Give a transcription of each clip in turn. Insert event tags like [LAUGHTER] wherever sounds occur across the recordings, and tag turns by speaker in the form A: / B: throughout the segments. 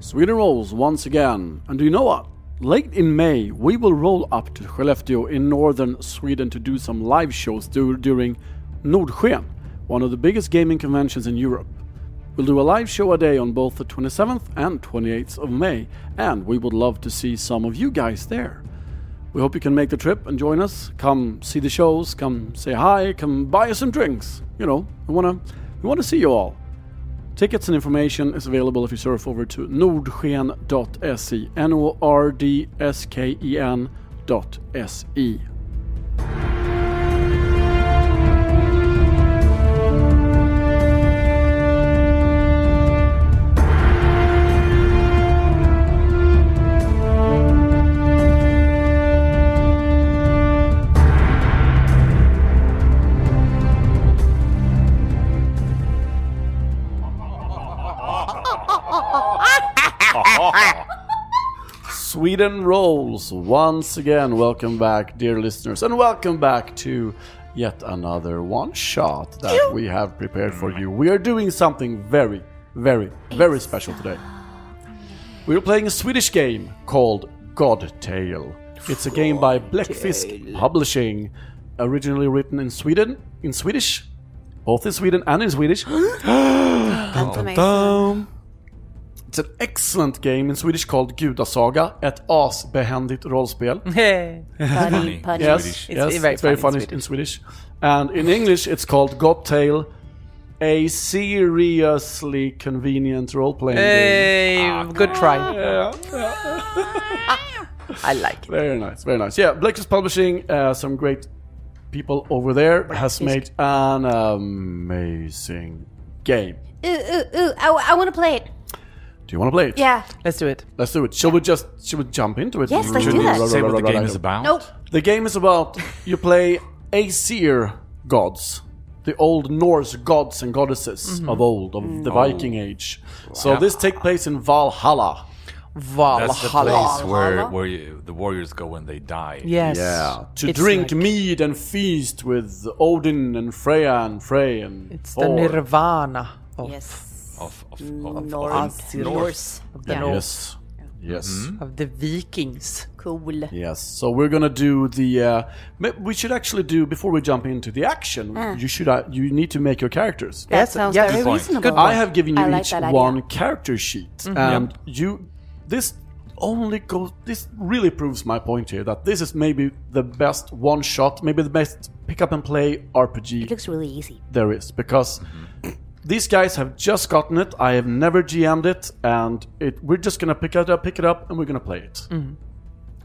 A: Sweden rolls once again. And do you know what? Late in May, we will roll up to Skellefteå in northern Sweden to do some live shows dur- during Nordsken, one of the biggest gaming conventions in Europe. We'll do a live show a day on both the 27th and 28th of May, and we would love to see some of you guys there. We hope you can make the trip and join us. Come see the shows, come say hi, come buy us some drinks. You know, we wanna we wanna see you all. Tickets and information is available if you surf over to nordsken.se, E, N O R D S K E N dot S E. Sweden rolls once again. Welcome back, dear listeners, and welcome back to yet another one shot that we have prepared for you. We are doing something very, very, very special today. We are playing a Swedish game called God Tale. It's a game by Blackfisk Publishing, originally written in Sweden, in Swedish, both in Sweden and in Swedish.
B: Amazing.
A: It's an excellent game in Swedish called Gudasaga, ett asbehändigt rollspel.
B: Funny.
C: Punny.
A: Yes,
B: Swedish.
A: yes,
C: It's very
A: it's very funny
C: funny in
A: in Swedish. And in English, it's called Got Tale, a seriously convenient role-playing game.
C: Hey, good try.
A: Yeah,
C: I like it.
A: very nice, very nice. Yeah, Blake is publishing uh, some great people over there. Has made an amazing game.
B: Ooh, ooh, ooh. Uh, I, I want to play it.
A: Do you want to play it?
B: Yeah.
C: Let's do it.
A: Let's do it. Shall we just shall we jump into it?
B: Yes, let's
A: Should
B: do
A: we ra-
B: that.
A: ra-
B: Say
D: Say what
A: ra-
D: the
A: ra-
D: game
A: ra-
D: is about.
B: Nope.
A: The game is about you play Aesir gods, the old Norse gods and goddesses
C: Mm-hmm.
A: of old, of
C: Mm.
A: the Viking Age.
C: Oh.
A: So this takes place in Valhalla.
D: That's the
C: Valhalla.
D: place where where you, the warriors go when they die.
C: Yes.
A: To
C: It's
A: drink
C: like-
A: mead and feast with Odin and Freya and Frey and
C: It's the
A: Thor.
C: Nirvana of,
B: Yes.
D: Of, of,
A: Mm,
D: of, of
B: Norse.
D: North.
B: Norse.
C: of the
B: Yeah.
C: North,
A: Yes. Yes.
C: of the Vikings.
B: Cool.
A: Yes. So we're gonna do the. Uh, ma- we should actually do before we jump into the action.
C: Ah.
A: You should. Uh, you need to make your characters.
B: That sounds
C: yeah.
B: very
C: Good point. Mm-hmm.
B: reasonable.
C: Good
A: I have given you
B: I like
A: each
B: that idea.
A: one character sheet, and you. This only goes. This really proves my point here that this is maybe the best one shot, maybe the best pick up and play
B: It
A: RPG
B: looks really easy.
A: there is because. These guys have just gotten it. I have never GM'd it, and it, we're just gonna pick it up, pick it up, and we're gonna play it.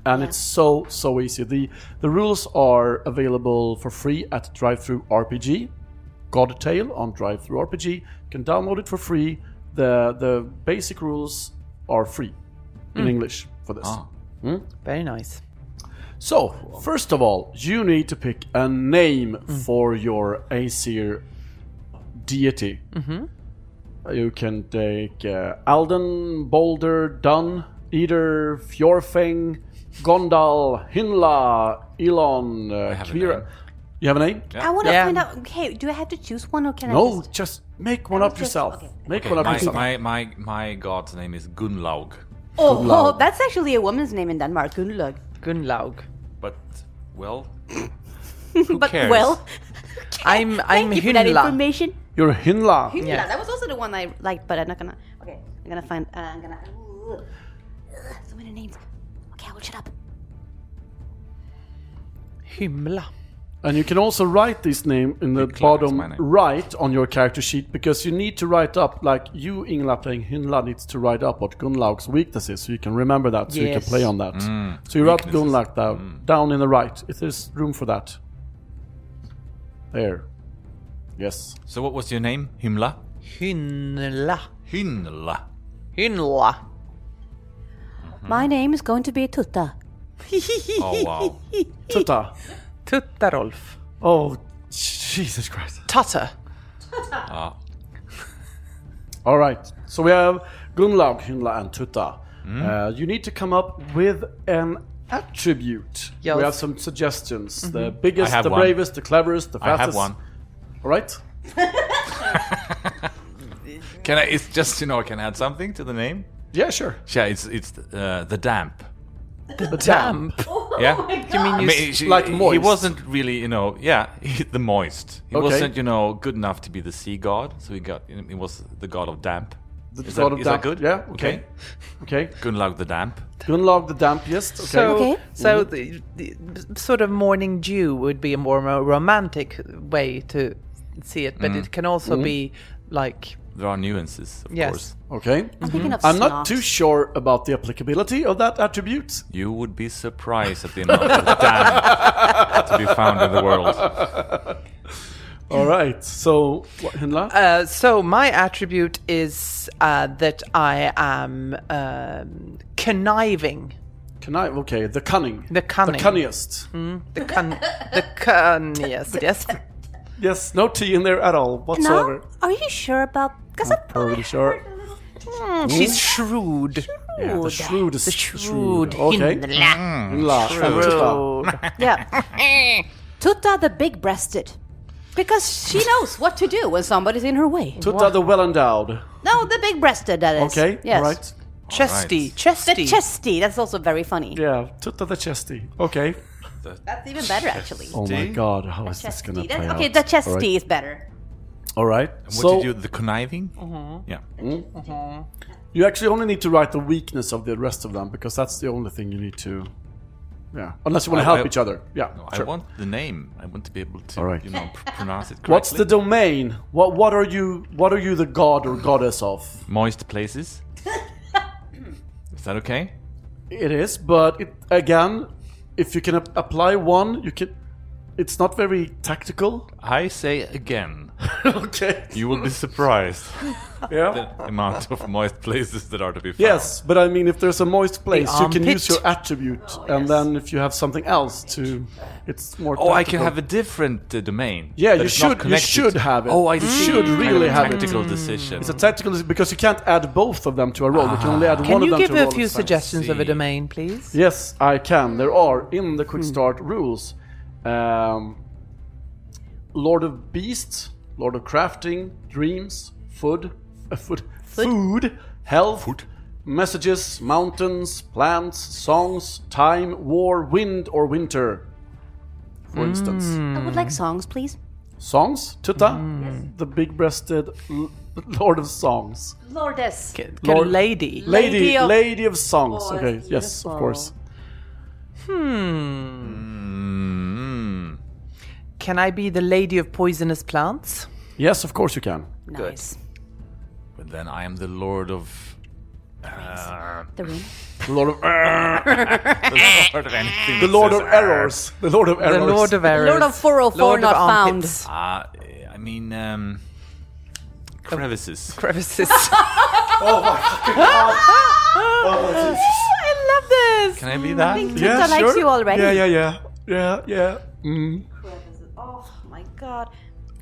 A: And it's so so easy. the The rules are available for free at Drive Through RPG. God Tale on Drive Through RPG. You can download it for free. The the basic rules are free in English for this.
C: Very nice.
A: So, first of all, you need to pick a name for your Aesir deity. Uh, You can take uh, Alden, Boulder, Dun, Eder, Fjorfeng, Gondal, Hinla, Elon, uh,
D: have a
A: Kvira.
D: name.
A: You have a name?
B: I want to
C: Yeah.
B: find out. Okay, do I have to choose one or can I
A: No,
B: just?
A: just make one up
B: just-
A: yourself.
B: okay.
A: Make one up
D: My,
A: yourself.
D: my, my, my god's name is Gunlaug,
B: Oh, [LAUGHS]
A: Gunnlaug.
B: that's actually a woman's name in Denmark. [LAUGHS] Gunnlaug. Oh,
C: Gunlaug.
D: but well,
B: but
D: cares?
B: well, [LAUGHS]
C: I'm I'm
B: thank you for that
C: Hyndla.
B: information.
A: You're Hinla.
B: Hyndla,
C: Yeah.
B: that was also the one I liked, but I'm not gonna. Okay, I'm gonna find. Uh, I'm gonna. Ugh, so many names. Okay, I will shut up.
C: Hymla.
A: And you can also write this name in the
D: Clark is
A: bottom
D: my name.
A: right on your character sheet because you need to write up, like you, Ingla, playing Hinla, needs to write up what Gunlaug's weakness is so you can remember that, so you can
C: Yes.
A: play on that.
D: Mm.
A: so you write
D: Weaknesses.
A: Gunlaug down,
D: mm.
A: down in the right. If there's room for that. There. Yes.
D: so what was your name? Himla?
C: Hynla.
D: Hynla.
C: Hynla.
B: My name is going to be Tutta.
A: [LAUGHS]
D: Oh wow.
A: Tutta.
C: Tuttarolf.
A: Oh, Jesus Christ.
C: Tata.
D: Ah.
A: All right. So we have Gunlaug, Hinla, and Tutta.
D: Mm.
A: Uh, you need to come up with an attribute.
C: Yes. Mm-hmm.
A: We have some suggestions. The biggest,
D: I have
A: the
D: one.
A: bravest, the cleverest, the
D: I
A: fastest.
D: have one.
A: All right.
D: Can I? It's just you know I can add something to the name.
A: Yeah, sure.
D: Yeah, it's it's uh,
A: [LAUGHS]
D: the damp.
A: The
B: Um,
C: Damp.
A: Oh
D: Yeah.
C: You mean
D: I
C: you
D: mean,
C: s-
D: she-
A: like
D: He
A: moist.
D: wasn't really, you know, yeah, [LAUGHS] the moist. He
A: Okay.
D: wasn't, you know, good enough to be the sea god. So he got, he was the god of damp.
A: The
D: Is
A: god
D: that-
A: of
D: is
A: damp.
D: that good?
A: Yeah. Okay.
D: Okay.
A: Okay.
D: Gunlag the damp.
A: Gunlog the dampiest. Okay. Mm-hmm.
C: So,
B: Okay.
C: so the, the sort of morning dew would be a more ro- romantic way to see it, but
A: Mm-hmm.
C: it can also be like
D: There are nuances, of
C: Yes.
D: course.
A: okay. Mm-hmm.
B: I'm thinking of
A: I'm not
B: snot.
A: too sure about the applicability of that attribute.
D: You would be surprised at the amount of [LAUGHS] damp to be found in the world.
A: All right. So, what, Hinla?
C: Uh, so my attribute is uh, that I am um, conniving.
A: Can I? Okay. The cunning.
C: The cunning. Mm.
A: The cunningest.
C: The cun-
A: [LAUGHS]
C: the cun- yes, yes.
A: Yes. No tea in there at all whatsoever.
B: No? Are you sure about? Because I'm
A: Probably sure.
B: Hmm,
C: She's shrewd.
A: Hmm? Yeah, the shrewdest. The
C: shrewd
A: Okay. Hmm, Hinla. and Tuta. [LAUGHS]
C: Shrewd.
B: Yeah. Tuta the big breasted.
A: [LAUGHS]
B: Because she knows what to do when somebody's in her way.
A: Tuta the well endowed.
B: No, the big breasted, that is.
A: Okay.
B: Yes.
A: All right.
C: chesty,
D: Alright.
B: The
C: chesty.
B: chesty, that's also very funny.
A: Yeah. Tuta the chesty. Okay.
B: That's even better, actually.
A: Oh my god. How is this
B: Chesty.
A: going to
B: that-
A: play out?
B: okay, the chesty
A: All right.
B: is better.
A: All right.
D: What
A: so
D: did you do? The conniving? Yeah.
A: you actually only need to write the weakness of the rest of them because that's the only thing you need to. Yeah. Unless you want to
D: I-
A: help
D: I-
A: each other. Yeah.
D: No,
A: sure.
D: I want the name. I want to be able to,
A: All right.
D: you know, pr- pronounce it
A: [LAUGHS]
D: correctly.
A: What's the domain? What What are you What are you the god or goddess of?
D: moist places? Is that okay?
A: It is, but it, again, if you can ap- apply one, you can. It's not very tactical.
D: I say again,
A: okay.
D: you will be surprised
A: Yeah.
D: the amount of moist places that are to be found.
A: Yes, but I mean, if there's a moist place, you can
C: armpit.
A: use your attribute, and then if you have something else to, it's more.
D: Oh, I can
A: tactical.
D: have a different uh, domain.
A: Yeah,
D: that
A: you
D: is not
A: should- you
D: connected
A: should
D: to-
A: have it.
D: Oh, I
A: You
D: see.
A: should
D: Kind of
A: really
D: a
A: have it.
D: tactical decision.
A: It's a tactical because you can't add both of them to a roll. We can only add
C: Can
A: one
C: you
A: of them
C: give
A: to a roll.
C: a few
A: at a time.
C: suggestions of a
D: See.
C: domain, please?
A: Yes, I can. There are in the quick start rules. Um, Lord of Beasts, Lord of Crafting, Dreams, Food, [LAUGHS] uh, food, food, Health, Messages, Mountains, Plants, Songs, Time, War, Wind, or Winter. For instance,
B: I would
A: Mm.
B: like songs, please.
A: songs. Tuta, the big-breasted l- Lord of Songs,
B: Lordess.
C: Can, can
A: Lord-
C: lady.
A: Lady, Lady
B: Lady
A: of,
B: of-
A: Songs.
B: Oh,
A: okay,
B: that's
A: yes, of
B: beautiful.
A: course.
D: Mm,
C: Can I be the lady of poisonous plants?
A: Yes, of course you can.
B: Nice.
D: but then I am the lord of. Uh,
B: The ring.
A: Lord [LAUGHS] of
D: [LAUGHS] the lord of anything.
A: The
D: that
A: Lord
D: says
A: of
D: "Arr."
A: Errors. The Lord of Errors.
C: The Lord of Errors.
B: Lord of 404
C: Lord
B: not
C: of
B: found.
C: armpits.
D: Uh, I mean, um, crevices.
C: [LAUGHS] Crevices.
B: I love this.
D: Can I be that?
B: think- Tuta likes you already.
A: Yeah, yeah, yeah. Yeah, yeah. Mm.
B: Oh my god.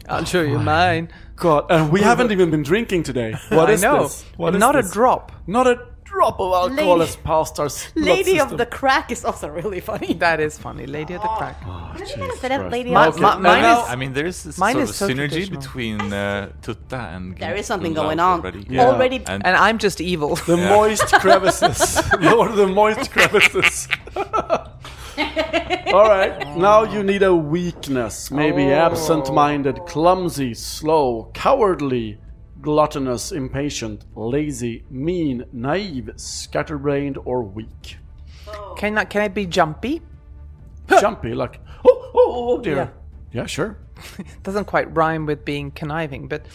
C: I'll show you mine.
A: God, and we haven't even been drinking today. What
C: I
A: is
C: know.
A: this? What is
C: Not
A: this?
C: a drop.
A: Not a drop of alcohol
B: Lady-
A: has passed our s- blood
B: Lady of
A: system.
B: the Crack is also really funny.
C: That is funny. Lady of the
A: [GASPS]
C: crack.
B: Instead of Lady
C: My-
B: of
C: my-
B: No,
C: mine
B: no.
C: is-
D: I mean, there is this
C: Mine
D: sort
C: is
D: of
C: so
D: synergy
C: traditional.
D: between uh, Tutta and
B: There is something
D: Gunnar
B: going on.
D: already.
A: Yeah.
B: Already.
D: And,
C: And I'm just evil.
A: The moist
B: [LAUGHS]
A: crevices. Lord of the moist crevices. All right, now you
B: Oh.
A: need a weakness. Maybe absent minded, clumsy, slow, cowardly, gluttonous, impatient, lazy, mean, naive, scatterbrained, or weak.
C: [LAUGHS] Can I, can I be jumpy?
A: Jumpy, like, oh, oh, oh, oh dear. Yeah, sure.
C: Doesn't quite rhyme with being conniving, but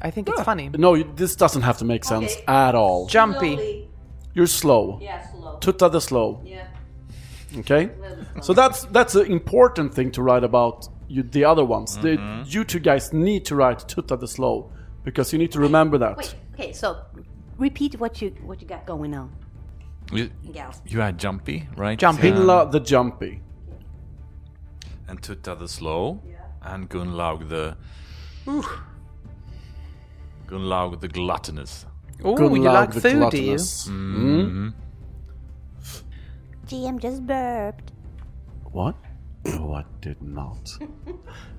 C: I think
A: Ah.
C: it's funny.
A: No, you- this doesn't have to make sense
B: Okay.
A: at all.
C: Jumpy.
A: You're slow.
B: Yeah, slow.
A: Tutta the slow.
B: Yeah.
A: Okay, so that's that's an important thing to write about you, the other ones. The- you two guys need to write Tuta the Slow because you need to remember that.
B: Wait. Okay. So, repeat what you what you got going on,
D: you,
B: gals.
D: you are jumpy, right?
C: Jumpy.
D: Um,
A: Pinla the Jumpy.
D: and Tutta the slow, and Gunlaug the. Gunlaug the gluttonous.
C: Oh,
A: Good
C: you
A: luck,
C: like
A: the
C: food, do you?
A: gluttonous.
B: GM just burped.
A: What? No, I [LAUGHS] did not.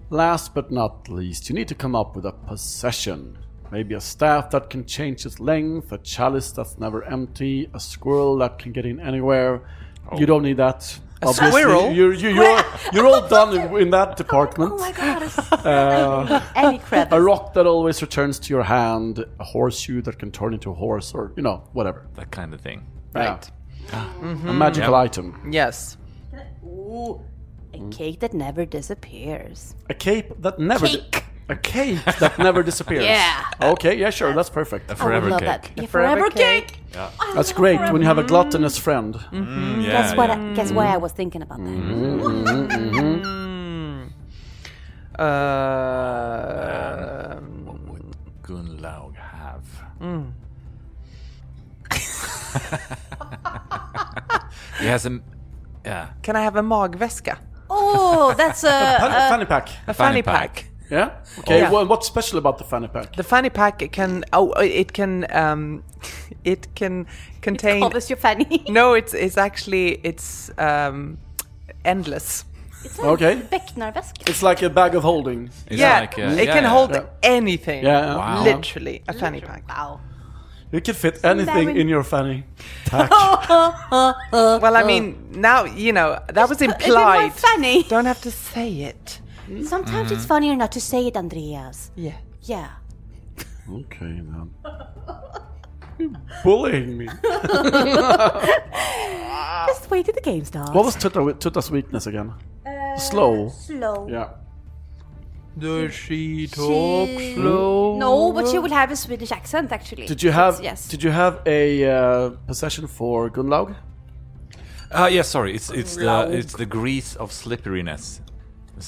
A: Last but not least, you need to come up with a possession. Maybe a staff that can change its length, a chalice that's never empty, a squirrel that can get in anywhere. You don't need that. Oh. A
C: squirrel?
A: You're, you you're, you're all done in, in [LAUGHS] that department.
B: Oh my god! Uh, any credit?
A: a rock that always returns to your hand, a horseshoe that can turn into a horse, or, you know, whatever.
D: That kind of thing.
A: Right. Ah. A magical item.
C: Yes.
B: Ooh, a cake that never disappears. Oh,
A: A cape that never. di-
B: Cake.
A: a cape that never disappears.
B: [LAUGHS] Yeah.
A: Okay, yeah, sure, that's perfect.
D: A forever
B: I would
D: cake.
B: love that. Yeah,
C: forever
B: forever,
C: cake.
B: cake.
D: Yeah.
B: I
A: That's
B: love
A: great
B: forever-
A: when you have a gluttonous friend.
D: Mm, yeah,
B: Guess what?
D: yeah.
B: I, guess why I was thinking about that.
C: Hmm. Uh,
D: What would Gunlaug have?
C: Mm.
D: he has a. Yeah.
C: can I have a magväska?
B: Oh, that's a.
A: Fan-
B: a
A: fanny pack.
C: A
D: Fanny
C: fanny,
D: pack.
C: pack.
A: Yeah. Okay.
C: Yeah.
A: Well, what's special about the fanny pack?
C: The fanny pack can oh it can um [LAUGHS] it can contain
B: oh, this your fanny.
C: No, it's it's actually it's um endless.
A: okay.
B: Becknarväska.
A: It's like a bag of holding.
D: Is
C: yeah,
D: that like a-
C: it
D: yeah,
C: can
D: yeah.
C: hold
A: Yeah.
C: anything.
A: Yeah.
D: Wow.
C: Literally a fanny pack.
B: Wow.
A: You can fit anything
B: Larry-
A: in your fanny.
C: Well, I mean, now you know that was
B: It's in my
C: implied.
B: fanny.
C: Don't have to say it.
B: Sometimes it's funnier not to say it, Andreas.
C: Yeah.
B: Yeah.
A: Okay, then. You're bullying me.
B: Just wait till the game starts.
A: What was Tuta, wi- Tuta's weakness again? Slow.
B: Slow.
A: Yeah.
C: Does she
B: She- No, but she will have a Swedish accent actually.
A: Did you have?
B: Yes.
A: Did you have a uh, possession for Gunlaug?
D: Uh, yeah, sorry. It's it's the it's the grease of slipperiness.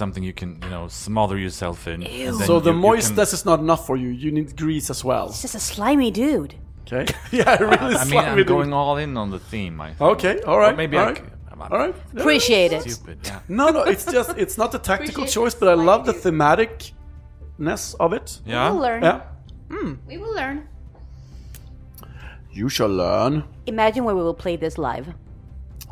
D: Something you can you know smother yourself in. and then
A: So the
D: you- you
A: moistness
D: can-
A: is not enough for you. You need grease as well.
B: It's just a slimy dude.
A: [LAUGHS] Okay. yeah, really.
D: I mean,
A: slimy
D: I'm
A: dude.
D: going all in on the theme. I think.
A: Okay. All right.
D: Or maybe
A: all
D: I.
A: right.
D: c- I'm- I'm
A: All right. Yeah.
B: Appreciate it.
D: Stupid. Yeah.
A: No, no, it's just it's not a tactical
B: Appreciate
A: choice, but I
B: the
A: love the
B: slide
A: thematicness of it.
B: We will
D: Yeah.
B: learn.
A: Yeah.
B: We will learn.
A: You shall learn.
B: Imagine where we will play this live.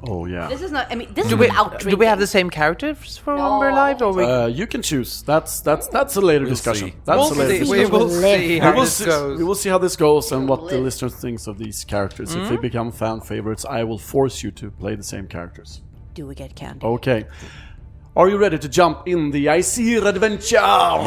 A: Oh yeah.
B: This is not. I mean, this
C: Do
B: is
C: we,
B: without
C: do we have
B: drinking.
C: the same characters for
B: No.
C: Amber Live? Or we,
A: Uh, you can choose. That's that's that's a later discussion.
D: see.
A: That's
C: we'll
A: a later
C: see,
A: discussion.
C: we will see how
A: we will
C: this
A: see,
C: goes.
A: we will see how this goes and what the
B: live.
A: listener thinks of these characters. If they
D: Mm-hmm.
A: become fan favorites, I will force you to play the same characters.
B: Do we get candy?
A: Okay. Are you ready to jump in the Iceer adventure?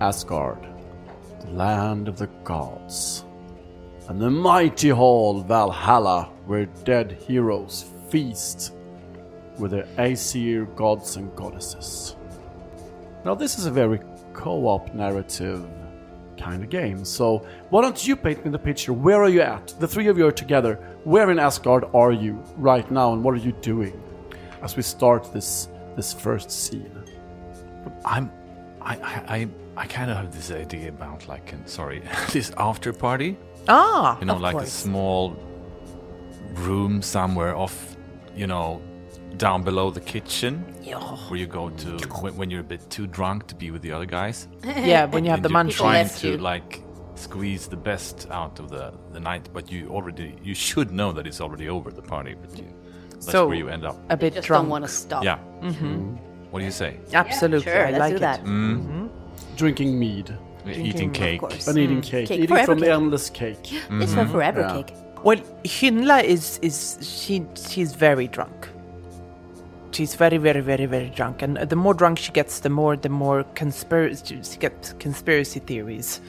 A: Asgard, the land of the gods, and the mighty hall Valhalla, where dead heroes feast with their Aesir gods and goddesses. Now, this is a very co op narrative kind of game, so why don't you paint me the picture? Where are you at? The three of you are together. Where in Asgard are you right now, and what are you doing as we start this, this first scene?
D: I'm. I I I, I kind of have this idea about like an, sorry [LAUGHS] this after party.
C: ah,
D: You know,
C: of
D: like a
C: course.
D: small room somewhere off. You know, down below the kitchen, where you go to when, when you're a bit too drunk to be with the other guys.
C: yeah, when you
D: [LAUGHS]
C: have the
D: and you're trying
C: munchies.
B: left
D: to
B: you.
D: like squeeze the best out of the, the night but you already you should know that it's already over the party but you that's
C: So-
D: where you end up
C: A Mm-hmm. bit
B: Just
C: drunk.
B: don't want to stop.
D: yeah what do you say
C: Absolutely,
B: Sure,
C: I
B: let's
C: like
B: do that.
C: it.
A: Drinking mead.
D: eating cake
B: Of course.
A: and eating cake,
B: Cake
A: eating
B: forever
A: from the
B: cake.
A: endless cake.
B: It's for forever
A: Yeah.
B: cake.
C: Well, Hinla is is she she's very drunk. She's very, very, very, very drunk, and the more drunk she gets, the more the more conspiracy she gets conspiracy theories,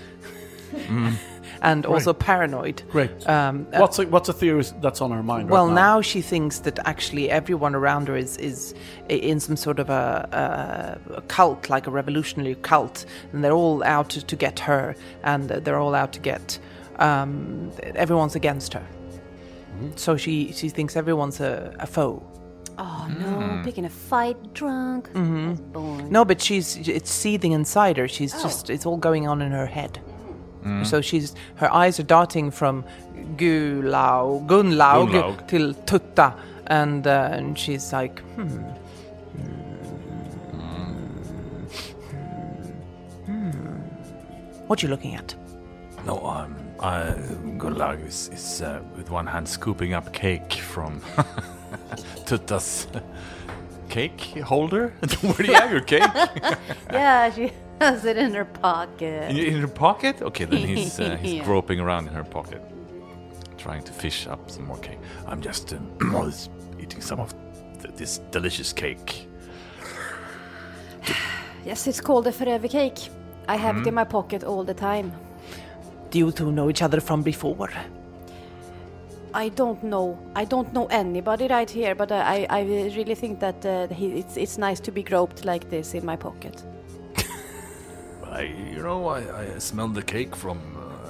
C: [LAUGHS] and also paranoid.
A: Great.
C: Um, uh,
A: What's a, what's a theory that's on her mind
C: well,
A: right
C: now she thinks that actually everyone around her is is i- in some sort of a, a, a cult, like a revolutionary cult, and they're all out to, to get her, and they're all out to get um, everyone's against her.
A: Mm-hmm.
C: So she she thinks everyone's a, a foe.
B: Oh no, picking a fight drunk. That's boring.
C: No, but she's it's seething inside her. She's just it's all going on in her head. So she's her eyes are darting from Gulaug, Gunlaug,
D: Gunlaug.
C: till Tutta, and, uh, and she's like, hmm. Hmm. What you looking at?
D: No, um, uh, Gulag is, is uh, with one hand scooping up cake from [LAUGHS] Tutta's cake holder. [LAUGHS] Where do you have your cake?
B: Yeah, she [LAUGHS] has it in her pocket.
D: In, in her pocket? Okay, then he's, uh, he's
B: Yeah.
D: groping around in her pocket, trying to fish up some more cake. I'm just um, [CLEARS THROAT] I was eating some of th- this delicious cake.
E: Yes, it's called a forever cake. I have
C: Mm-hmm.
E: it in my pocket all the time.
C: Do you two know each other from before?
E: I don't know. I don't know anybody right here, but I, I, I really think that uh, he, it's, it's nice to be groped like this in my pocket.
D: I, you know, I, I smelled the cake from uh,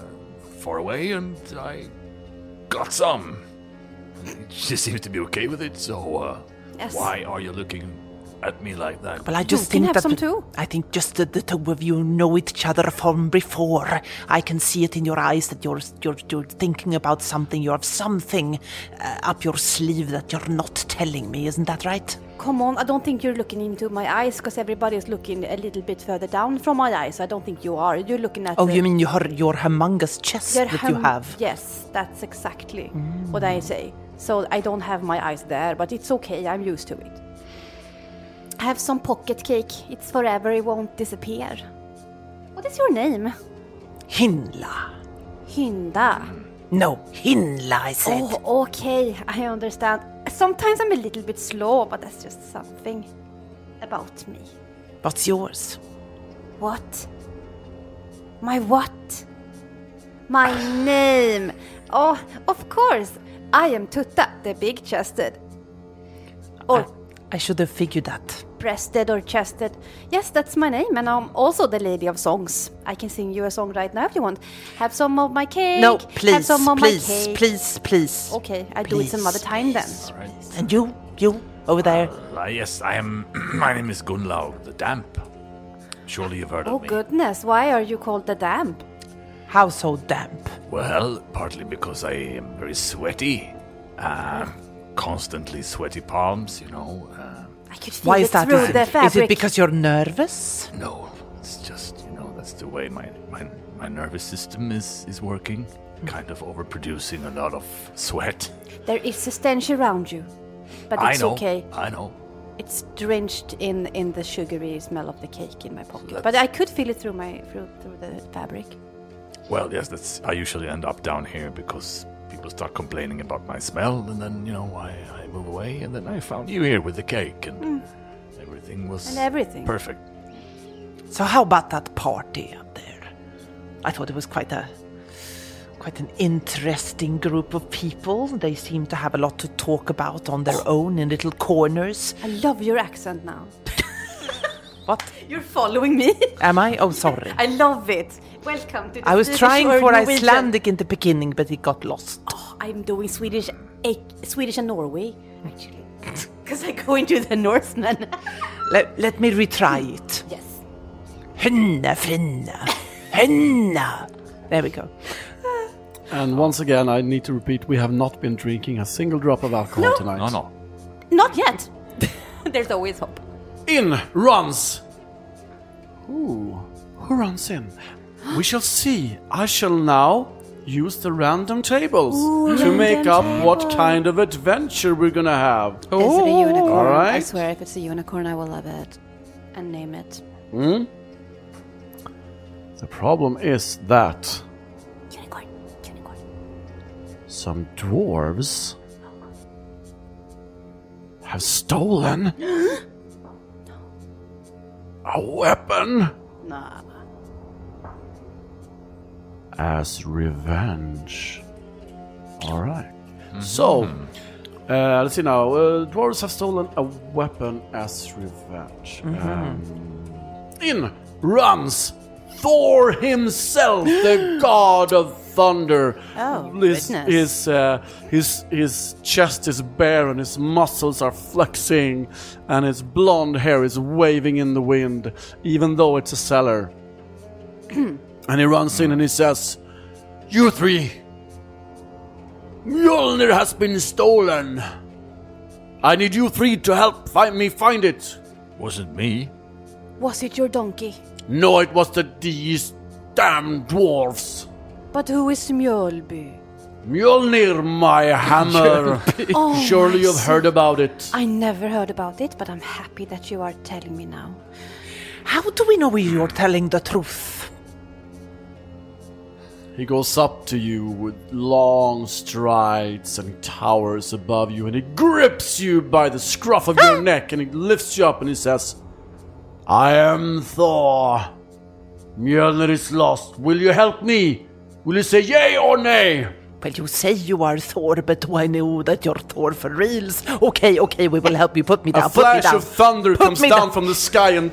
D: far away and I got some. [LAUGHS] She seems to be okay with it, so uh,
E: Yes.
D: why are you looking at me like that?
C: Well, I just
E: can
C: think
E: have
C: that
E: some
C: the-
E: too.
C: I think just that the two of you know each other from before. I can see it in your eyes that you're you're, you're thinking about something. You have something uh, up your sleeve that you're not telling me. Isn't that right?
E: Come on, I don't think you're looking into my eyes because everybody is looking a little bit further down from my eyes. I don't think you are. You're looking at.
C: Oh,
E: the-
C: you mean your your humongous chest
E: your
C: that you
E: hum-
C: have?
E: Yes, that's exactly what I say. So I don't have my eyes there, but it's okay. I'm used to it.
B: I have some pocket cake. It's forever, it won't disappear. What is your name?
C: Hinla.
B: Hinda.
C: No, Hinla. I said.
B: Oh, okay, I understand. Sometimes I'm a little bit slow, but that's just something about me.
C: What's yours?
B: What? My what? My name. Oh, of course. I am Tutta, the big chested. Or
C: I, I should have figured that.
B: breasted or chested. Yes, that's my name, and I'm also the lady of songs. I can sing you a song right now if you want. Have some of my cake.
C: No,
B: Have
C: please,
B: some of my
C: please,
B: cake.
C: please, please.
B: Okay, I do it some other time then.
C: And you, you over there.
D: Uh, yes, I am. [CLEARS THROAT] my name is Gunlaug the Damp. Surely you've heard
B: Oh
D: of me.
B: goodness, why are you called the damp?
C: How so damp?
D: Well, partly because I am very sweaty. Uh, constantly sweaty palms, you know. Uh,
B: I could feel
C: Why
B: it
C: is that?
B: through
C: Is it-
B: the fabric.
C: is it because you're nervous?
D: No, it's just you know that's the way my my, my nervous system is is working,
B: Hmm.
D: kind of overproducing a lot of sweat.
B: there is a stench around you, but
D: I
B: it's
D: know,
B: okay.
D: I know.
B: It's drenched in in the sugary smell of the cake in my pocket.
D: That's-
B: But I could feel it through my through through the fabric.
D: Well, yes, that's I usually end up down here because people start complaining about my smell, and then you know I I move away, and then I found you here with the cake, and everything was
B: Hmm. And everything.
D: perfect.
C: So how about that party up there? I thought it was quite a quite an interesting group of people. They seem to have a lot to talk about on their own in little corners.
B: I love your accent now.
C: [LAUGHS] What
B: You're following me. [LAUGHS]
C: am I? Oh, sorry.
B: I love it. Welcome to. The
C: I was
B: Swedish
C: trying
B: or
C: for
B: Norwegian.
C: Icelandic in the beginning, but it got lost.
B: I'm doing Swedish, eh, Swedish and Norway actually, [LAUGHS] because I go into the Norsemen.
C: Let, let me retry it.
B: yes.
C: Hinna, finna, hinna. There we go.
A: And once again, I need to repeat we have not been drinking a single drop of alcohol tonight.
D: No, no.
B: Not yet. [LAUGHS] There's always hope.
A: In runs. Who? Who runs in? We shall see. I shall now use the random tables to make up what kind of adventure we're gonna have.
B: Is it a
C: Oh,
B: unicorn? I
A: alright.
B: swear, if it's a unicorn, I will love it and name it.
A: The problem is that
B: Unicorn. Unicorn.
A: some dwarves have stolen
B: [GASPS]
A: a weapon
B: Nah.
A: as revenge. All right.
B: Mm-hmm.
A: So, uh, let's see now. Uh, dwarves have stolen a weapon as revenge.
B: Mm-hmm.
A: Um, in runs Thor himself,
B: [GASPS]
A: the god of thunder.
B: Oh,
A: his,
B: goodness.
A: his, uh, his, his chest is bare and his muscles are flexing, and his
B: [CLEARS THROAT]
A: blonde hair is waving in the wind, even though it's a cellar. And he runs in and he says, You three, Mjolnir has been stolen. I need you three to help find me find it.
D: Wasn't me.
E: Was it your donkey?
A: No, it was the these damn dwarfs.
E: But who is Mjölby?
A: Mjolnir, my hammer.
E: Oh,
A: Surely
E: my
A: you've
E: son.
A: heard about it.
E: I never heard about it, but I'm happy that you are telling me now.
C: How do we know you're telling the truth?
A: He goes up to you with long strides and towers above you, and he grips you by the scruff of your neck and he lifts you up and he says, I am Thor. Mjolnir is lost. Will you help me? Will you say yay or nay?
C: Well, you say you are Thor, but do I know that you're Thor for reals? Okay, okay, we will help you. Put me down.
A: A flash
C: put me down.
A: of thunder
C: Put
A: comes
C: me
A: down, from the sky and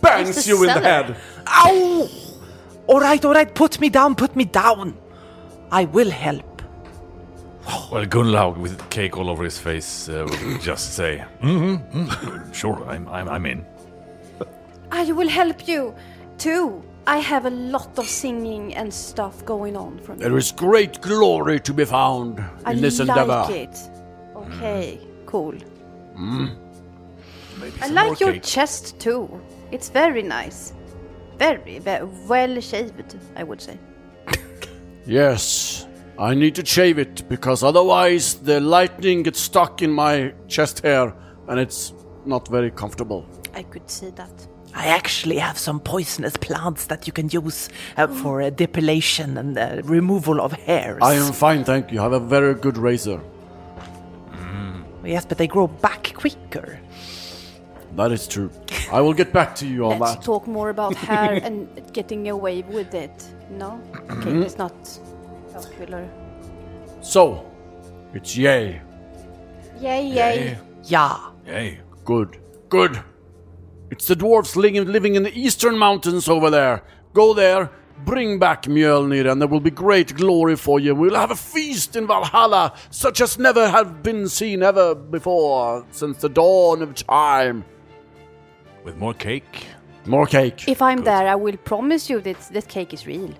A: bangs
E: It's a
A: you in the
E: cellar.
A: head.
C: Ow! All right, all right, put me down, put me down. I will help.
D: Well, Gunlaug with cake all over his face uh, would just say, mm-hmm, [LAUGHS] mm, "Sure, I'm, I'm, I'm in."
E: I will help you too. I have a lot of singing and stuff going on from
D: Eh,
A: There is great glory to be found in
E: I
A: this
E: like
A: endeavor.
E: it. Okay, cool.
D: Maybe
E: I
D: Mm. some more
E: like your
D: cake.
E: chest too. It's very nice. Very, very well shaved, I would say.
A: Yes, I need to shave it because otherwise the lightning gets stuck in my chest hair and it's not very comfortable.
E: I could see that.
C: I actually have some poisonous plants that you can use uh, for uh, depilation and uh, removal of hairs.
A: I am fine, thank you. I have a very good razor.
C: Yes, but they grow back quicker.
A: That is true. I will get back to you on
E: Let's
A: that.
E: talk more
D: [LAUGHS]
E: about hair and getting away with it.
D: [CLEARS THROAT]
E: No? Okay, it's not popular.
A: So, it's yay.
D: Yay!
E: Yay, yay.
C: Yeah.
D: Yay!
A: Good. Good. It's the dwarves li- living in the eastern mountains over there. Go there, bring back Mjölnir, and there will be great glory for you. We'll have a feast in Valhalla, such as never have been seen ever before since the dawn of time.
D: With more cake.
A: More cake.
E: If I'm there, I will promise you that that cake is real.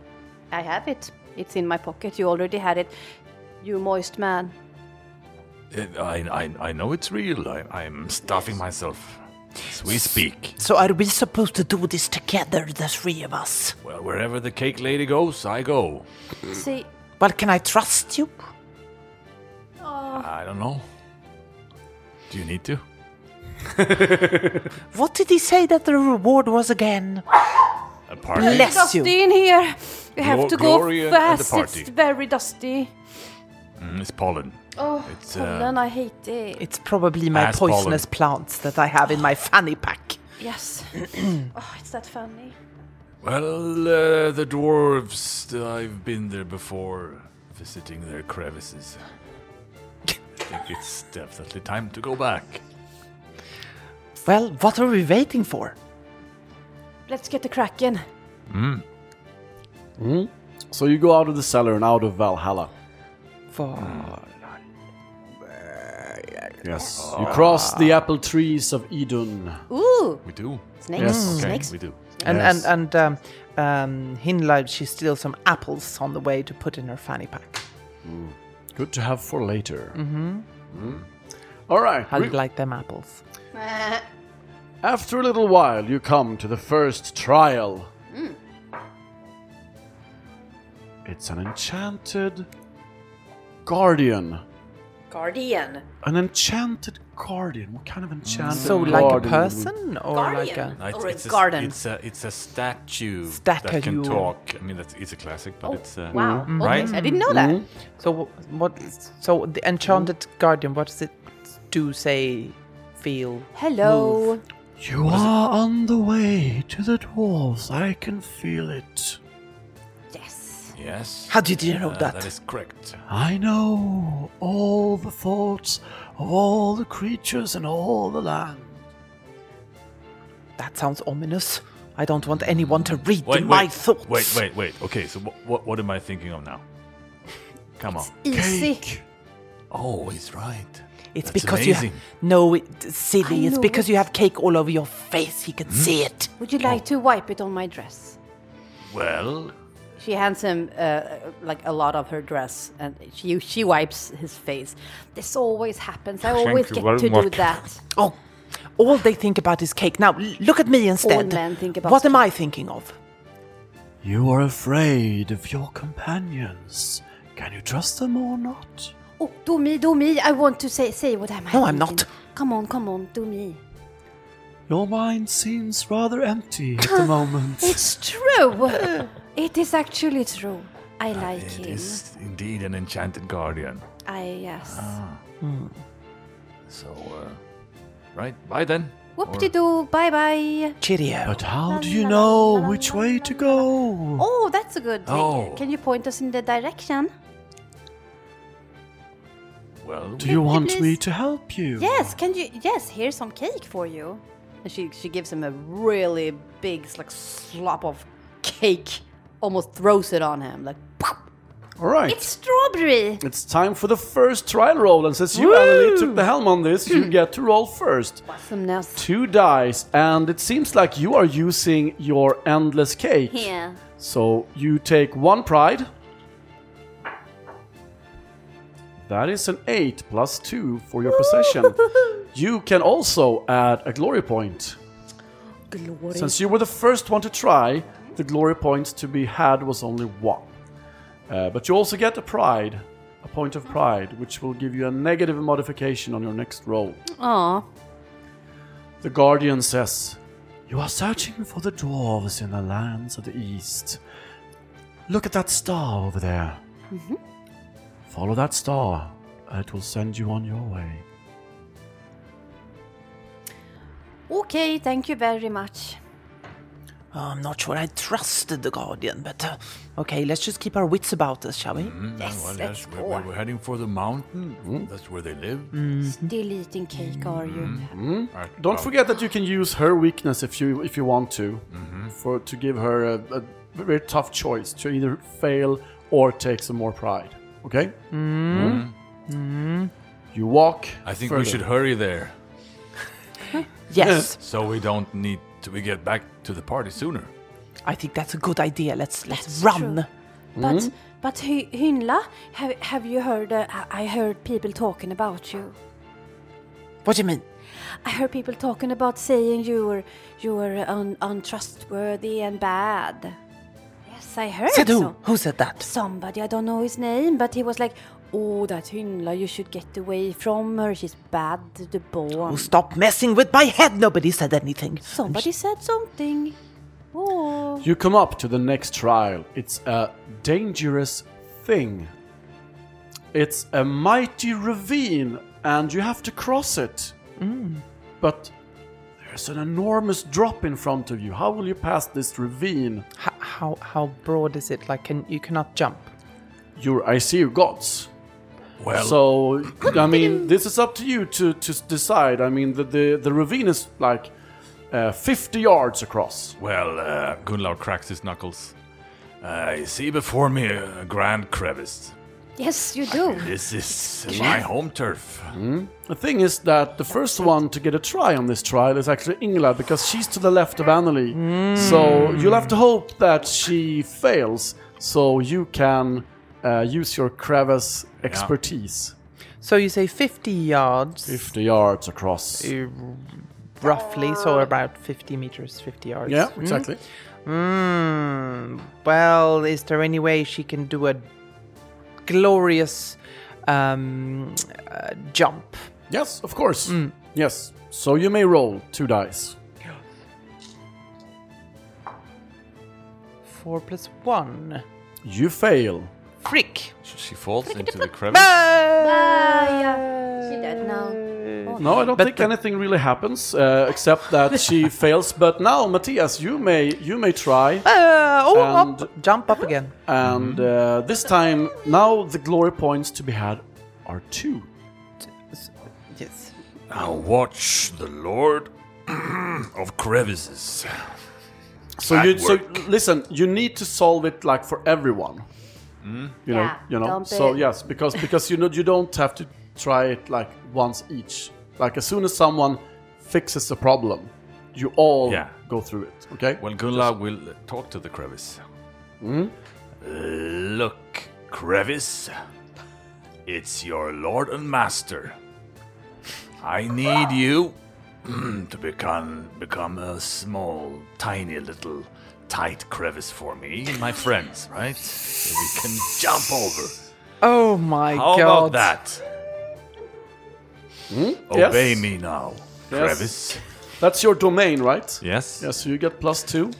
E: I have it. It's in my pocket. You already had it. You moist man.
D: Uh, I, I, I know it's real. I, I'm stuffing myself as we speak.
C: So are we supposed to do this together, the three of us?
D: Well, wherever the cake lady goes, I go.
E: See,
C: Well, can I trust you?
D: I don't know. Do you need to?
C: What did he say that the reward was again?
D: A party?
C: Bless
E: dusty
C: you.
E: in here. You have
D: Glo-
E: to go
D: glory and- and the
E: fast.
D: party.
E: it's very dusty.
D: Mm, it's pollen.
E: Oh,
D: It's, uh,
E: pollen, I hate it.
C: [CLEARS THROAT] It's probably my
D: Ass
C: poisonous
D: pollen.
C: plants that I have in my fanny pack.
E: Yes. oh, it's that funny.
D: Well, uh, the dwarves, I've been there before, visiting their crevices. I think it's definitely time to go back.
C: Well, what are we waiting for?
E: Let's get the kraken.
A: so you go out of the cellar and out of Valhalla.
C: For
D: Hmm,
A: Yes. You cross the apple trees of Idun.
E: Ooh,
D: We do.
E: snakes.
A: Yes.
D: Okay,
E: Snakes.
D: we do.
C: And
A: Yes.
C: and and um, um, Hinleib, she steals some apples on the way to put in her fanny pack.
A: Good to have for later. Mm-hmm. All right.
C: How do
A: we-
C: you like them apples?
A: After a little while, you come to the first trial. It's an enchanted guardian.
B: Guardian.
D: Oh.
A: An enchanted guardian. What kind of enchanted?
C: So like a
A: guardian would we-
C: person or like a
B: Guardian.
D: No, it's,
B: Or a
D: it's
B: garden.
D: A, it's a it's a statue,
C: Statue. Mm-hmm.
D: that can talk. I mean, that's it's a classic, but it's uh,
B: Oh, Wow. Okay,
D: right? Mm-hmm.
B: so I didn't know that.
C: so wh- what? So the enchanted guardian. What does it do? Say, feel.
E: Hello.
C: move?
A: You are on the way to the dwarves. I can feel it.
E: Yes.
D: Yes.
C: How did you know
D: Uh,
C: that?
D: That is correct.
A: I know all the thoughts of all the creatures and all the land.
C: That sounds ominous. I don't want anyone to read
D: Wait,
C: my
D: wait,
C: thoughts.
D: Wait, wait, wait. Okay, so wh- what what am I thinking of
C: [LAUGHS]
D: now? Come on.
E: Easy.
A: Cake.
C: e-
D: Oh, he's right.
C: It's
D: That's
C: because you
D: amazing.
C: ha- no, it's silly.
E: I
C: It's
E: know
C: because Hmm?
E: it.
C: you have cake all over your face. He can see it.
E: Would you like to wipe it on my dress?
D: Well,
B: She hands him uh, like a lot of her dress, and she she wipes his face.
E: This always happens. I
F: Thank
E: always
F: you
E: get
F: very
E: to do
F: much.
E: that.
C: Oh, all they think about is cake. Now, l- look at me instead.
E: men think about
C: what am I thinking of?
A: You are afraid of your companions. Can you trust them or not?
E: Oh, do me, do me. I want to say say what am I?
C: No, I'm
E: thinking.
C: not.
E: Come on, come on, do me.
A: Your mind seems rather empty at the moment.
E: It's [LAUGHS] true. it is actually true. I like
D: Ah, it
E: him.
D: is indeed an enchanted guardian.
E: I yes.
D: Ah, So, uh, right, bye then.
E: Whoop de doo. Bye bye.
C: Cheerio.
A: But how do you know which way to go?
E: Oh, that's a good thing.
D: Oh.
E: Can you point us in the direction?
D: Well,
A: Do you
E: Could you
A: want me
E: please-
A: to help you?
E: Yes. Can you? Yes. Here's some cake for you.
B: And she she gives him a really big like slop of cake, almost throws it on him like. "Pow!"
A: All right.
E: It's strawberry.
A: It's time for the first trial roll, and since you, Emily, took the helm on this, you get to roll first.
B: Mm. Awesomeness.
A: Two dice, and it seems like you are using your endless cake.
E: Yeah.
A: So you take one pride. That is an 8 plus 2 for your possession. You can also add a glory point.
B: Glory.
A: Since you were the first one to try, the glory points to be had was only one. Uh, but you also get a pride, a point of pride, which will give you a negative modification on your next roll.
B: Aw.
A: The Guardian says, You are searching for the dwarves in the lands of the east. Look at that star over there. Follow that star, Uh, it will send you on your way.
E: Okay. Thank you very much.
D: Hmm?
C: Oh, I'm not sure I trusted the guardian, but uh, okay, let's just keep our wits about us, shall we?
D: yes, well, yes, we're, we're- we're heading for the mountain.
C: Hmm?
D: That's where they live.
E: Still eating cake, are you?
D: Right,
A: Don't
D: well,
A: forget that you can use her weakness if you if you want to, for to give her a, a very tough choice to either fail or take some more pride. Okay. Mm-hmm. You walk.
D: I think we
A: further.
D: should hurry there,
C: Yes,
D: so we don't need to. We get back to the party sooner.
C: I think that's a good idea. Let's let's run.
E: But but Hy- Hynla, have, have you heard? Uh, I- I heard people talking about you.
C: What do you mean?
E: I heard people talking about saying you were you were un, untrustworthy and bad. Yes, I heard.
C: Said who?
E: so-
C: Who said that?
E: Somebody I don't know his name, but he was like, "Oh, that Hynla, you should get away from her. She's bad to the bone."
C: Oh, stop messing with my head. Nobody said anything.
E: Somebody said something. Oh,
A: You come up to the next trial. It's a dangerous thing. It's a mighty ravine, and you have to cross it. But there's an enormous drop in front of you. How will you pass this ravine?
C: H- how how broad is it? Like, can you cannot jump?
A: You're, I see you gods.
D: Well,
A: So I mean, this is up to you to, to s- decide. I mean, the the, the ravine is like uh, 50 yards across.
D: well, uh, Gunlaur cracks his knuckles. I see before me a grand crevice.
E: yes, you do.
D: This is my home turf.
A: The thing is that the first one to get a try on this trial is actually Ingela because she's to the left of Annalie.
C: Mm.
A: So you'll have to hope that she fails, so you can uh, use your crevice expertise.
C: So you say 50 yards,
A: 50 yards across.
C: uh, roughly, so
B: Uh,
C: about 50 meters, 50 yards.
A: Yeah, exactly.
C: Hmm. Well, is there any way she can do a glorious um, uh, jump?
A: Yes, of course.
C: Mm.
A: Yes. So you may roll two dice.
C: Four plus one.
A: You fail.
C: Frick!
D: She falls into the crevice.
E: She dead now.
A: No, I don't
C: But
A: think
C: the-
A: anything really happens uh, except that
C: [LAUGHS]
A: she fails. But now, Matthias, you may you may try,
C: Uh, oh,
A: And-
C: up, jump up again.
A: and uh, this time now the glory points to be had are two.
C: Yes.
D: Now watch the Lord [CLEARS THROAT] of crevices.
A: So
D: That
A: you so
D: work.
A: listen, you need to solve it like for everyone.
D: Mm.
A: You know,
E: Yeah,
A: you know.
E: don't
A: So
E: be-
A: yes, because because you know you don't have to try it like once each. Like as soon as someone fixes a problem, you all
D: Yeah.
A: go through it. Okay.
D: Well, Gunla will talk uh, to the crevice.
A: Hmm?
D: Look, Crevice. It's your lord and master. I need you [CLEARS THROAT] to become become a small, tiny little tight crevice for me and my friends, right? So we can jump over.
C: Oh my
D: How
C: god.
D: about that?
A: Hmm? Yes.
D: Obey me now,
A: Yes.
D: Crevice.
A: That's your domain, right?
D: Yes.
A: Yes, so you get plus two.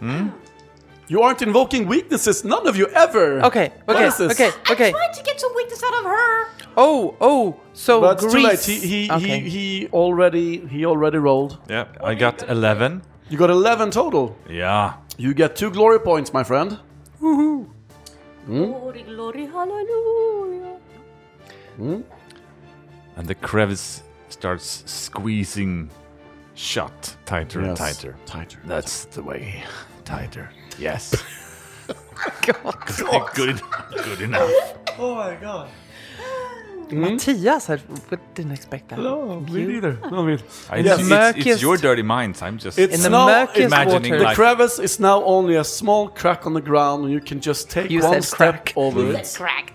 D: Hmm?
A: You aren't invoking weaknesses, none of you ever.
C: Okay,
A: What
C: okay,
A: is this?
C: okay, okay.
B: Trying to get some weakness out of her.
C: Oh, oh, so
A: But it's
C: Greece.
A: too late. He he,
C: Okay.
A: he he already he already rolled.
D: Yeah, I got 11.
A: You got eleven total.
D: Yeah.
A: You get two glory points, my friend.
B: Glory, glory, hallelujah.
D: And the crevice starts squeezing shut tighter and tighter.
A: Tighter.
D: That's the way. Tighter.
A: [LAUGHS]
D: Yes. [LAUGHS] God. good, good enough.
A: Oh my god.
C: Mattias, I didn't expect that.
A: me neither. No, I mean,
D: I-
A: Yes.
D: It's, it's, it's
C: Murkiest-
D: your dirty minds. I'm just.
A: it's
C: In the
A: now,
C: murkiest
A: it's-
D: Imagining
C: water.
A: the
D: like-
A: crevice is now only a small crack on the ground, and you can just take
C: You
A: one
C: said
A: step
C: crack.
A: over
B: That's
A: it.
B: cracked.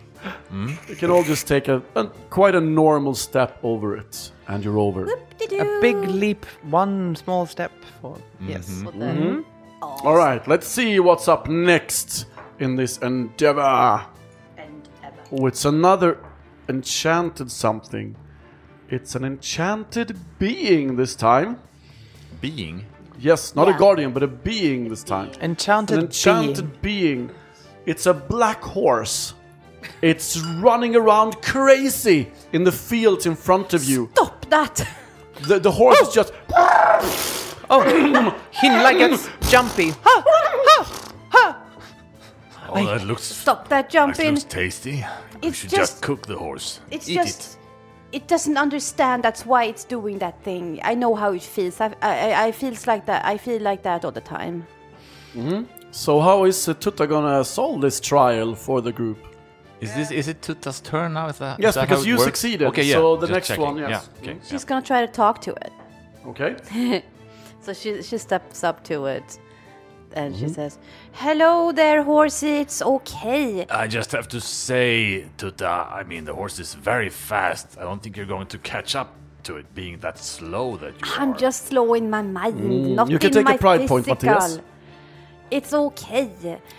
A: You can all just take a, a quite a normal step over it, and you're over.
C: a big leap, one small step forward. Yes.
A: All right, let's see what's up next in this endeavor. Oh, it's another enchanted something. It's an enchanted being this time.
D: being.
A: Yes, not a
B: Yeah.
A: guardian, but a being this time.
C: Enchanted,
A: An enchanted being. It's a black horse. It's running around crazy in the fields in front of you.
B: Stop that. Oh.
A: The, the horse is just.
C: being. Oh, he like gets jumpy. Ha, ha, ha.
D: Oh, that looks.
B: Stop that
D: That
B: jumping.
D: looks tasty. You
B: It's
D: should
B: just-
D: just cook the horse.
B: It's
D: Eat
B: just. It doesn't understand. That's why it's doing that thing. I know how it feels. I, I, I feels like that. I feel like that all the time.
A: So, how is uh, Tutta gonna solve this trial for the group?
D: it. Is this is it Tuta's turn now? Is that
A: Yes,
D: is that how
A: because
D: it
A: you
D: works?
A: succeeded,
D: Okay, yeah.
A: so the
D: just
A: next
D: checking.
A: one, yes. Mm-hmm.
D: Yeah. Okay.
B: She's gonna try to talk to it.
A: Okay.
B: So she she steps up to it, and she says, "Hello there, horsey. It's okay.
D: I just have to say, Tuta, I mean, the horse is very fast. I don't think you're going to catch up to it being that slow that you are.
B: I'm just slowing my mind, not
A: you can
B: in
A: take a
B: my
A: pride point,
B: physical.
A: Matthias.
B: It's okay.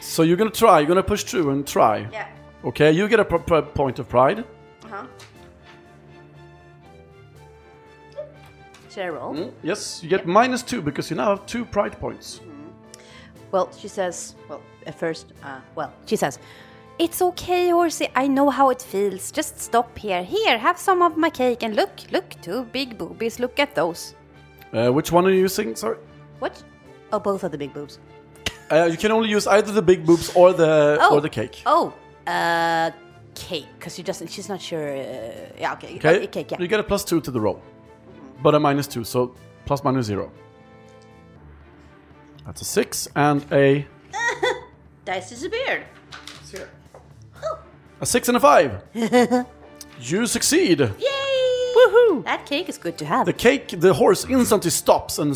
A: So you're gonna try. You're gonna push through and try.
B: Yeah.
A: Okay, you get a pr- pr- point of pride.
B: Cheryl.
A: Yes, you get minus two because you now have two pride points.
B: Well, she says, well, at first, uh, well, she says, it's okay, horsey. I know how it feels. Just stop here. Here, have some of my cake and look, look, two big boobies. Look at those.
A: Uh, which one are you using? Sorry.
B: What? Oh, both of the big boobs.
A: Uh, you can only use either the big boobs or the
B: Oh.
A: or the cake.
B: Oh, uh, cake, because she doesn't. She's not sure. Uh, yeah, okay,
A: Okay.
B: uh, cake. Yeah.
A: You get a plus two to the roll, but a minus two, so plus minus zero. That's a six and a
B: Dice disappeared.
A: a six and a
D: [LAUGHS]
A: five. you succeed.
B: Yay! Woohoo! That cake is good to have.
A: The cake, the horse instantly stops and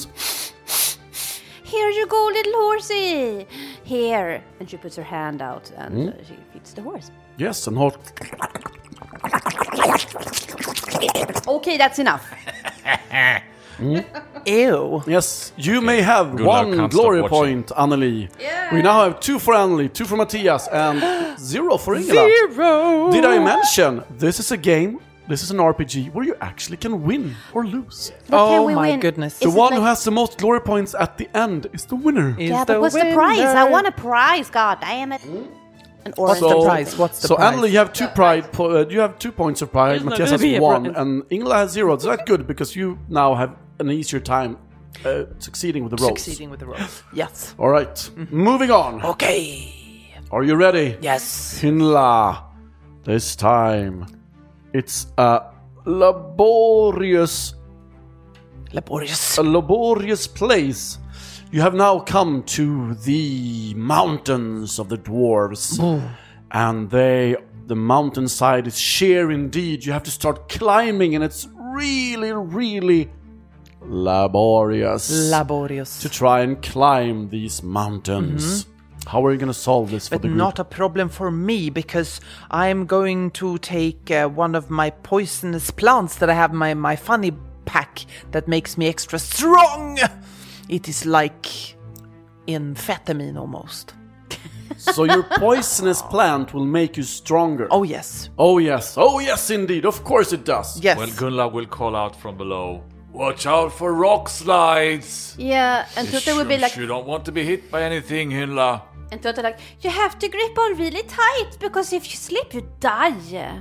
B: Here you go, little horsey. Here, and she puts her hand out and uh, she feeds the horse.
A: yes, and horse
B: Okay, that's enough.
C: Ew.
A: Yes, you may have
D: Good luck,
A: one
D: can't stop
A: glory
D: watching.
A: point, Annelie. We now have two for Annelie, two for Matthias, and zero for Ingela.
C: Zero.
A: Did I mention this is a game? This is an RPG where you actually can win or lose.
B: What
C: Oh
B: can we
C: my
B: win?
C: goodness.
A: The
B: Is it
A: one who
B: like-
A: has the most glory points at the end is the winner.
C: Is
B: Yeah, but what's the prize? I want a prize. God damn it! An orange.
A: So-
C: the
B: or
C: prize.
B: something.
C: What's the
A: So
C: prize?
A: Annelie, you have two pride. Po- uh, you have two points of pride.
C: There's not
A: Matthias
C: gonna
A: has
C: be a
A: one,
C: prize.
A: and Ingela has zero. So that's good because you now have an easier time uh, succeeding with the rolls.
C: Succeeding Mm-hmm. with the rolls. Yes.
A: All right, moving on.
C: Okay.
A: Are you ready?
C: Yes.
A: Hinla. This time, it's a laborious,
C: Laborious.
A: a laborious place. You have now come to the mountains of the dwarves, and they, the mountainside is sheer indeed. You have to start climbing, and it's really, really laborious
C: Laborious.
A: to try and climb these mountains. How are you going to solve this for
C: Mm-hmm. But
A: the group?
C: not a problem for me because I'm going to take uh, one of my poisonous plants that I have in my my funny pack that makes me extra strong. It is like amphetamine almost.
A: so your poisonous plant will make you stronger.
C: Oh yes,
A: Oh, yes. Oh, yes, indeed. Of course it does.
C: yes.
D: Well, Gunla will call out from below. Watch out for rock slides.
B: Yeah, and Tutte will be like,
D: you don't want to be hit by anything, Hinla.
B: and Tutte like, you have to grip on really tight because if you slip you die.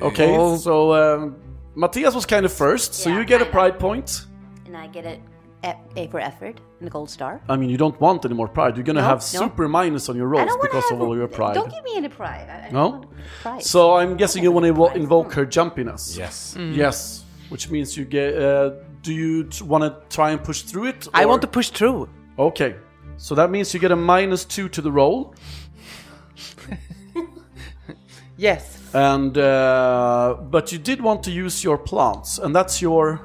A: Okay, so um, Matthias was kind of first, so
B: Yeah,
A: you get a
B: kinda.
A: pride point.
B: And I get a, a, a for effort and a gold star.
A: I mean, you don't want any more pride. You're going to have
B: no.
A: super minus on your
B: I
A: rolls
B: don't want
A: because
B: to
A: of all your pride.
B: Don't give me any pride. I, I
A: No?
B: don't want pride.
A: So I'm guessing you want to invo- invoke her jumpiness.
D: Yes.
B: Mm.
A: Yes, which means you get. Uh, do you t- want to try and push through it?
C: I
A: or-
C: want to push through.
A: Okay, so that means you get a minus two to the roll,
C: Yes.
A: and uh, but you did want to use your plants, and that's your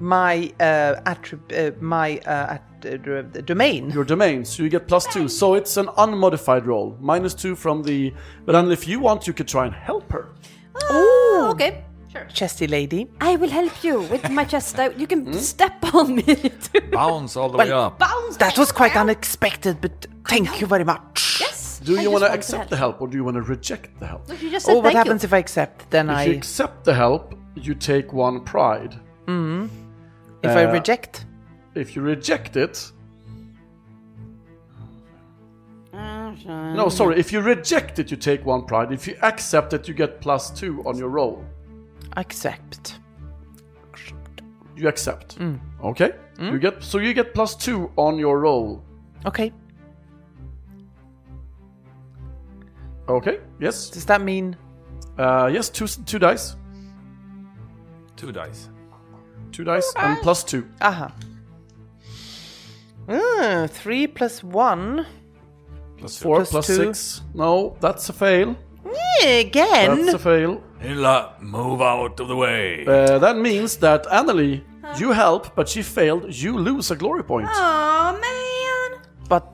C: My uh, attrib- uh, my uh, at- uh, d- domain.
A: your domain, so you get plus two. So it's an unmodified roll, minus two from the. But then if you want, you could try and help her.
B: oh, okay. Sure.
C: Chesty lady.
B: I will help you with my chest. I, you
C: Hmm?
B: can step on me to
D: Bounce all the way up.
B: bounce.
C: That was quite unexpected, but thank you very much.
B: Yes.
A: Do
B: I
A: you
B: just
A: want to
B: to
A: accept
B: help.
A: the help, or do you want to reject the help?
B: You just said
C: Oh, what
B: thank
C: happens
B: you.
C: if I accept? Then I
A: If you accept the help, you take one pride.
C: if I
A: uh,
C: reject.
A: If you reject it. No, sorry. If you reject it, you take one pride. If you accept it, you get plus two on your roll.
C: Accept.
A: You accept. Okay. You get so you get plus two on your roll.
C: Okay.
A: Okay. Yes.
C: Does that mean
A: Uh, yes. Two s- two dice.
D: Two dice.
A: Two dice and plus two.
C: aha? Mm, three plus one.
A: Plus four
C: Plus
A: plus
C: two.
A: six. No, that's a fail.
C: Eh, Again.
A: That's a fail.
D: Hinla, move out of the way.
A: Uh, that means that Annalie, you help, but she failed. You lose a glory point.
B: Oh man.
C: but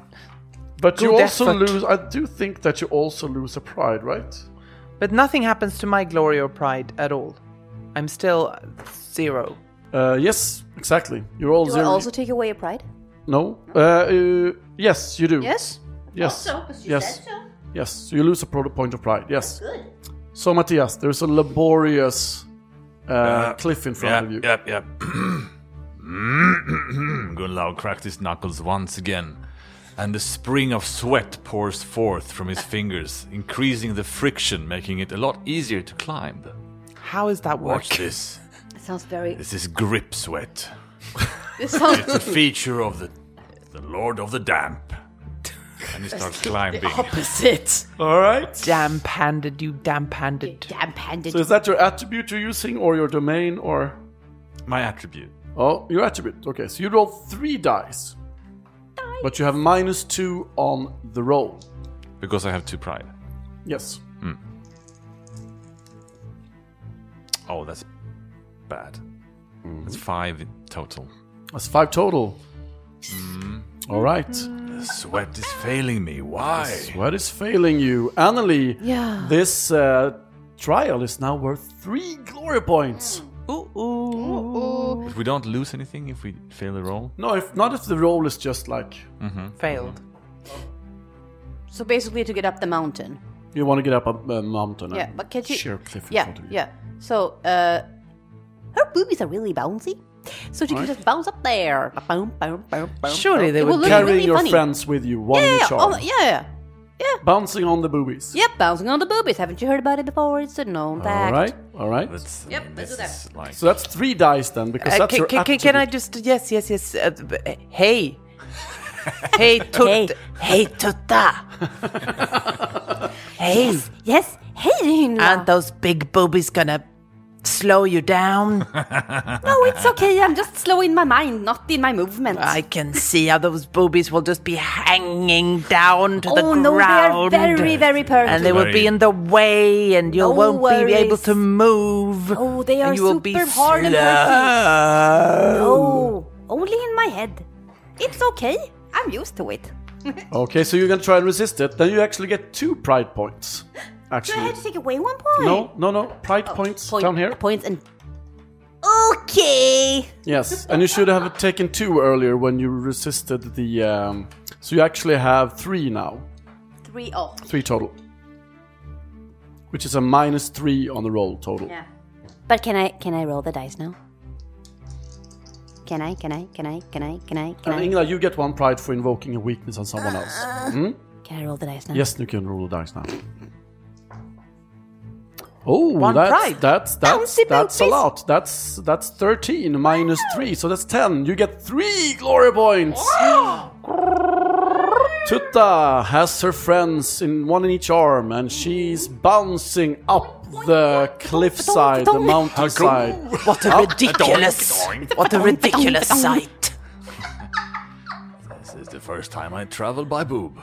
A: But you
C: Ah. Good
A: also
C: effort.
A: lose. I do think that you also lose a pride, right?
C: but nothing happens to my glory or pride at all. I'm still zero.
A: Uh, yes, exactly. You're all
B: Do I
A: zero.
B: also take away a pride?
A: no. Uh, uh, yes, you do.
B: Yes.
A: Yes. yes.
B: so.
A: Yes. So you lose a pro- point of pride. Yes. Good. So Matthias, there's a laborious uh, cliff in front
D: Yep,
A: of you.
D: yep, yep. [CLEARS THROAT] Gunlau cracks his knuckles once again, and a spring of sweat pours forth from his fingers, increasing the friction, making it a lot easier to climb.
C: How is that work?
D: Watch this.
B: It sounds very.
D: This is grip sweat.
B: This sounds
D: It's a feature of the the Lord of the Damp. And he starts climbing.
A: [LAUGHS]
B: opposite.
A: All right.
C: Damp-handed, you damp-handed.
B: Damp-handed.
A: So is that your attribute you're using, or your domain, or
D: My attribute.
A: oh, your attribute? Okay. So you roll three dice, but you have minus two on the roll.
D: Because I have two pride.
A: Yes.
D: Oh, that's bad. That's five in total.
A: That's five total. All right.
D: The sweat is failing me. Why?
A: What is failing you, Annalie?
E: Yeah.
A: This uh, trial is now worth three glory points.
C: Ooh, ooh.
D: But we don't lose anything if we fail the roll.
A: No, if not if the roll is just like
C: Failed.
B: So basically, to get up the mountain.
A: you want to get up a, a mountain.
B: Yeah,
A: a
B: but can you?
A: sheer cliff in
B: yeah,
A: front of you.
B: yeah. So, uh, her boobies are really bouncy, so she can just bounce up there. Boom, boom, boom, boom.
C: Surely they
B: It
C: would
B: will look
A: Carrying
B: really
A: your
B: funny.
A: friends with you, one
B: Yeah,
A: in
B: yeah,
A: each arm,
B: oh, yeah, yeah.
A: bouncing on the boobies.
B: Yep, bouncing on the boobies. Haven't you heard about it before? It's a known
A: All
B: fact.
A: right, all right.
D: That's
B: Yep, let's
D: this
B: do that.
D: is like
A: So that's three dice then, because
C: Uh,
A: that's
C: ca-
A: your
C: ca- ca- can I
A: attribute.
C: just yes yes yes uh, b- uh, hey
B: [LAUGHS]
C: hey tut hey tutta hey
B: Yes. Hey, Hinla.
C: aren't those big boobies gonna slow you down
B: no, it's okay. I'm just slow in my mind, not in my movements.
C: I can see how those boobies will just be hanging down to the
B: oh
C: ground
B: no, they are very, very perfect.
C: and they will be
D: Very-
C: in the way and you
B: No
C: won't be able
B: worries.
C: to move
B: Oh, they are
C: and you will be
B: super hard and
C: slow.
B: Oh, only in my head. It's okay. I'm used to it.
A: Okay, so you're gonna try and resist it. Then you actually get two pride points.
G: Do I
A: Actually,
G: have to take away one point?
A: no, no, no, pride
C: Oh,
A: points
B: Point-
A: down here.
B: Points and
G: Okay.
A: Yes, and you should have taken two earlier when you resisted the. Um, so you actually have three now,
B: three oh. off.
A: three total, which is a minus three on the roll total.
B: Yeah. But can I can I roll the dice now? Can I? Can I? Can I? Can I? Can I? Can
A: And
B: I?
A: Ingela, you get one pride for invoking a weakness on someone
C: Uh,
A: else.
B: Can I roll the dice now?
A: Yes, you can roll the dice now. Oh,
C: One
A: that's,
C: pride.
A: that's that's
G: Bouncy
A: that's a
G: booties.
A: lot. That's that's thirteen minus three, so that's ten. You get three glory
C: [GASPS]
A: points. Tutta has her friends in one in each arm, and she's bouncing up the cliffside, the mountainside.
C: What a ridiculous, what a ridiculous sight.
D: This is the first time I travel by [LAUGHS] boob.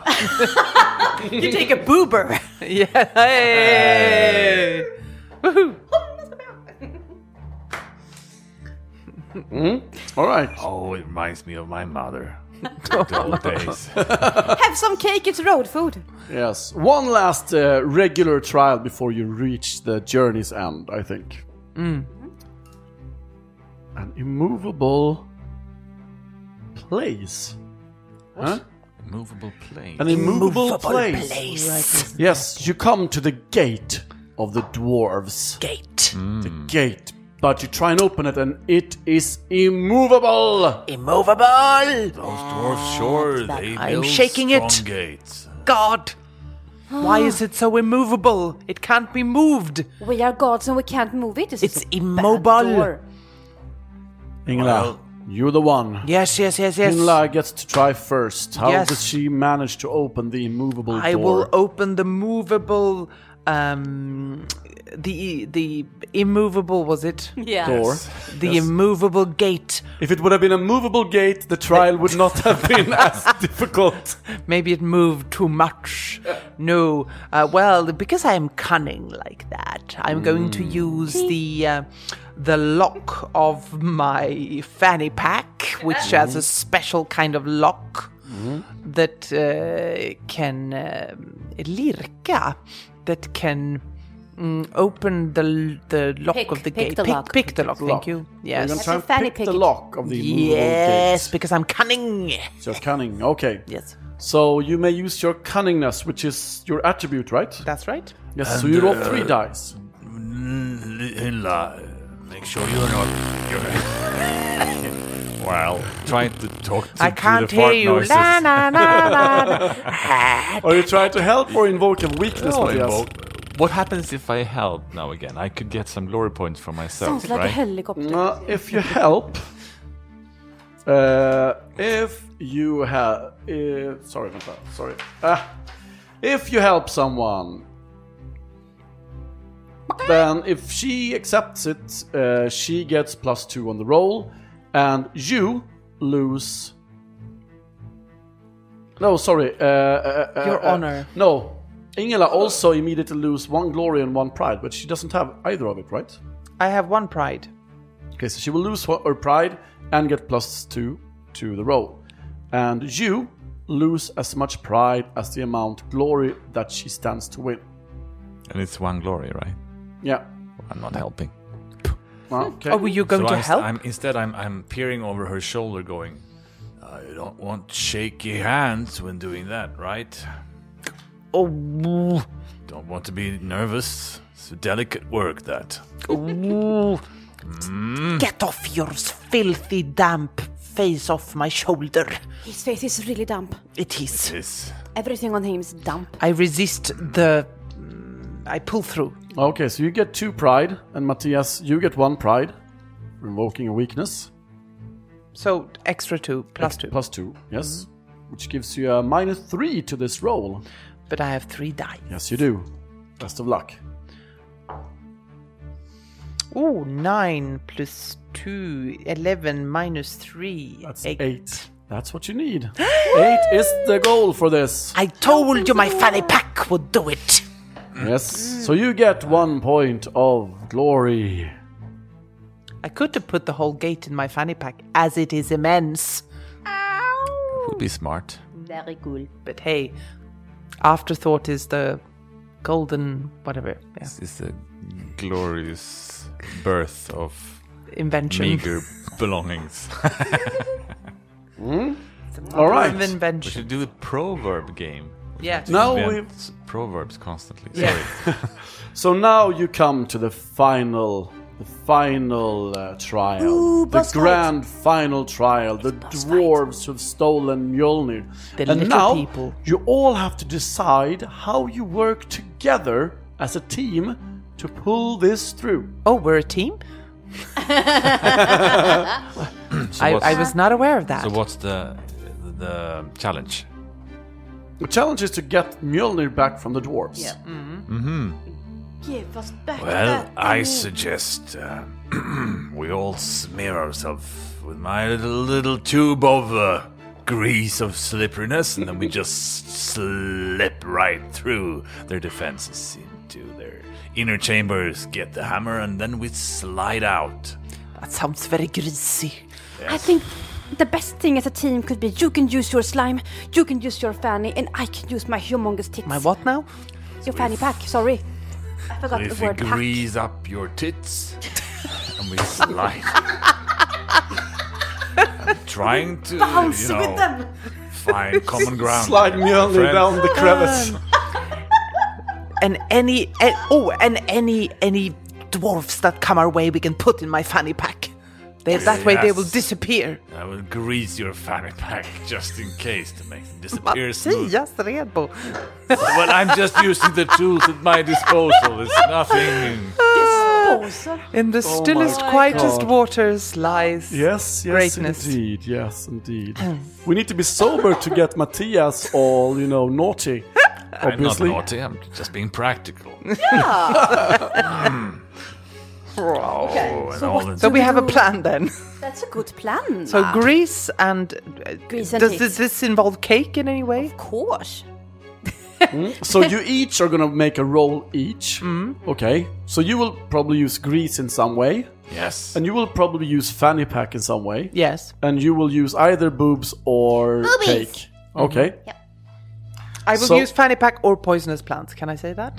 C: You take a boober. yeah. Hey. Woohoo.
A: All right.
D: Oh, it reminds me of my [LAUGHS] mother. Good old days.
E: Have some cake, it's road food.
A: Yes. One last uh, regular trial before you reach the journey's end, I think.
C: Mm.
A: An immovable place. Huh?
D: [LAUGHS] Movable plane.
A: An immovable, place. Yes, you come to the gate of the dwarves.
C: Gate.
A: The gate. But you try and open it, and it is immovable.
C: Immovable.
D: Those dwarves, sure, they
C: Oh, I'm
D: build
C: shaking
D: strong
C: it.
D: gates.
C: God. Why is it so immovable? It can't be moved.
E: We are gods and we can't move it. This is
C: It's
E: a bad
C: immobile.
E: door.
A: Ingela,
D: Well-
A: you're the one.
C: Yes, yes, yes, yes.
A: Inla gets to try first. How
C: Yes.
A: does she manage to open the immovable door?
C: I will open the movable, um, the the immovable. Was it
E: Yeah.
A: door.
C: the immovable gate?
A: If it would have been a movable gate, the trial would not have [LAUGHS] been as difficult.
C: Maybe it moved too much. No, uh, well, because I am cunning like that, I'm going
A: Hmm.
C: to use the uh, the lock of my fanny pack, which has a special kind of lock
A: Hmm.
C: that uh, can uh, lirka, that can. mm, open the l- the lock
B: Pick-
C: of the
B: pick
C: gate.
B: the
C: pick,
B: lock.
C: pick the lock. Thank you.
A: You're gonna
C: Yes.
A: try and
E: a fanny
A: pick the
E: picket.
A: movable the
C: Yes,
A: gate.
C: because I'm cunning.
A: So cunning. Okay.
C: Yes,
A: So you may use your cunningness, which is your attribute, right?
C: that's right.
A: Yes. so you roll three dice.
D: Inla, make sure you're not. You're [LAUGHS] well, trying to talk to
C: I
D: do
C: can't
D: the fart
C: hear you.
D: noises.
C: La, na, na, na, na.
A: Or you try to help or invoke a weakness,
D: Oh,
A: Matthias.
D: invo- What happens if I help now again? I could get some glory points for myself,
E: Sounds like a
D: right?
E: helicopter.
A: Uh, if you help, uh, if you have, uh, sorry, Venta, sorry. Ah, if you help someone, then if she accepts it, uh, she gets plus two on the roll, and you lose. No, sorry. Uh, uh, uh,
C: Your
A: uh,
C: honor.
A: No, Ingela also immediately lose one glory and one pride, but she doesn't have either of it, right?
C: [LAUGHS] I have one pride.
A: Okay, so she will lose her her pride and get plus two to the roll. And you lose as much pride as the amount glory that she stands to win.
D: And it's one glory, right?
A: Yeah.
D: I'm not helping.
A: Okay.
C: Oh, were you going
D: So
C: to
D: I'm,
C: help?
D: I'm, instead, I'm, I'm peering over her shoulder, going, I don't want shaky hands when doing that, right?
C: Oh,
D: Don't want to be nervous. It's delicate work, that.
C: oh. Get off your filthy, damp face off my shoulder.
E: His face is really damp.
C: It is.
D: This.
E: Everything on him is damp.
C: I resist the. mm, I pull through.
A: Okay, so you get two pride, and Matthias, you get one pride, revoking a weakness.
C: So extra two, plus two. Mm-hmm.
A: Plus two, yes. Which gives you a minus three to this roll.
C: But I have three die.
A: Yes, you do. Best of luck.
C: Ooh, nine plus two, eleven minus three.
A: That's eight. That's what you need. [GASPS] eight is the goal for
C: [GASPS]
A: this.
C: I told you my fanny pack would do it.
A: Yes. So you get one point of glory.
C: I could have put the whole gate in my fanny pack, as it is immense.
D: Would be smart.
B: Very cool.
C: But hey, afterthought is the golden whatever yeah,
G: This is a glorious birth of
C: invention. [LAUGHS]
G: meager belongings.
A: All right.
C: Of
G: We
C: invention.
G: should do the proverb game.
C: Yeah.
A: Now
G: Invent
A: we
G: s- proverbs constantly.
C: Oh, Yeah.
G: Sorry.
A: So now you come to the final, the final uh, trial,
B: Ooh,
A: the
B: boss fight.
A: grand final trial. The
B: boss
A: dwarves who've stolen Mjolnir,
C: The
A: and
C: little
A: now
C: people.
A: you all have to decide how you work together as a team to pull this through.
C: Oh, we're a team.
G: So
C: I,
G: what's,
C: I was not aware of that.
G: so what's the the challenge?
A: The challenge is to get Mjolnir back from the dwarves.
B: Yeah.
E: Give us back
D: Well,
E: that
D: I
E: thing.
D: suggest uh, [CLEARS THROAT] we all smear ourselves with my little, little tube of uh, grease of slipperiness, and
C: [LAUGHS]
D: then we just slip right through their defenses into their inner chambers, get the hammer, and then we slide out.
C: That sounds very greasy.
E: I think the best thing as a team could be you can use your slime, you can use your fanny, and I can use my humongous tits.
C: My what now?
E: Your fanny pack, sorry. I forgot
D: If
E: the
D: you
E: word pack.
D: grease up your tits, and we slide. I'm trying to you know, find common ground.
A: Slide
D: here.
A: Mjolnir
D: Friends.
A: down the crevice.
C: And any and, oh, and any any dwarfs that come our way, we can put in my fanny pack. They, that way they will
D: Yes.
C: disappear.
D: I will grease your fanny pack just in case to make it disappear smooth.
C: Mattias Redbo.
G: well, I'm just using the tools at my disposal. It's nothing.
C: In the stillest,
A: my
C: quietest
A: God.
C: waters lies.
A: Yes, yes,
C: Greatness.
A: indeed. Yes,
C: [CLEARS THROAT]
A: indeed. we need to be sober to get Matthias all, you know, naughty.
C: [LAUGHS]
D: I'm not
A: Obviously.
D: naughty, I'm just being practical. Hmm. Oh, and all the
C: So we have a plan then. [LAUGHS]
B: That's a good plan.
C: So Greece Ah. and uh,
B: Grease and
C: does
B: tits.
C: this involve cake in any way?
B: of course.
A: So you each are gonna make a roll each.
C: Mm-hmm.
A: Okay. So you will probably use grease in some way,
D: Yes.
A: and you will probably use fanny pack in some way,
C: Yes.
A: and you will use either boobs or
B: Boobies.
A: cake.
C: Mm-hmm.
A: Okay.
C: I will
A: So-
C: use fanny pack or poisonous plants. Can I say that?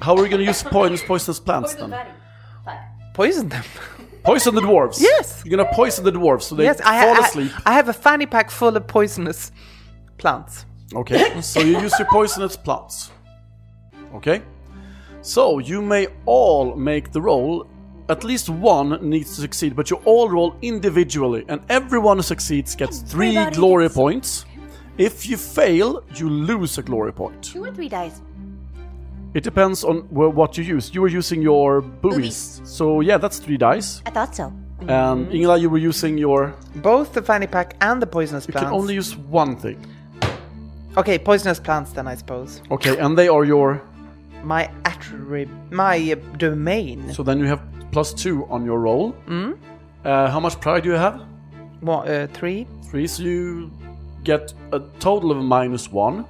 A: How are we gonna use poisonous poisonous plants then?
C: Poison them.
A: Poison the dwarves.
C: Yes.
A: You're gonna poison the dwarves so they
C: [LAUGHS] yes, I,
A: fall
C: I-
A: asleep.
C: I have a fanny pack full of poisonous plants.
A: Okay, [LAUGHS] so you use your poisonous plants. Okay? So you may all make the roll. At least one needs to succeed, but you all roll individually, and everyone who succeeds gets three
B: Everybody
A: glory
B: gets-
A: points. If you fail, you lose a glory point.
B: Two or three dice.
A: It depends on wh- what you use. You were using your boobies, so yeah, that's three dice.
B: I thought so.
A: And Ingela, Mm-hmm. you were using your.
C: Both the fanny pack and the poisonous
A: You
C: plants.
A: can only use one thing.
C: Okay, poisonous plants then, I suppose.
A: Okay, and they are your.
C: My attrib- my uh, domain.
A: So then you have plus two on your roll. Uh, how much pride do you have?
C: What, uh, three?
A: Three, so you get a total of minus one.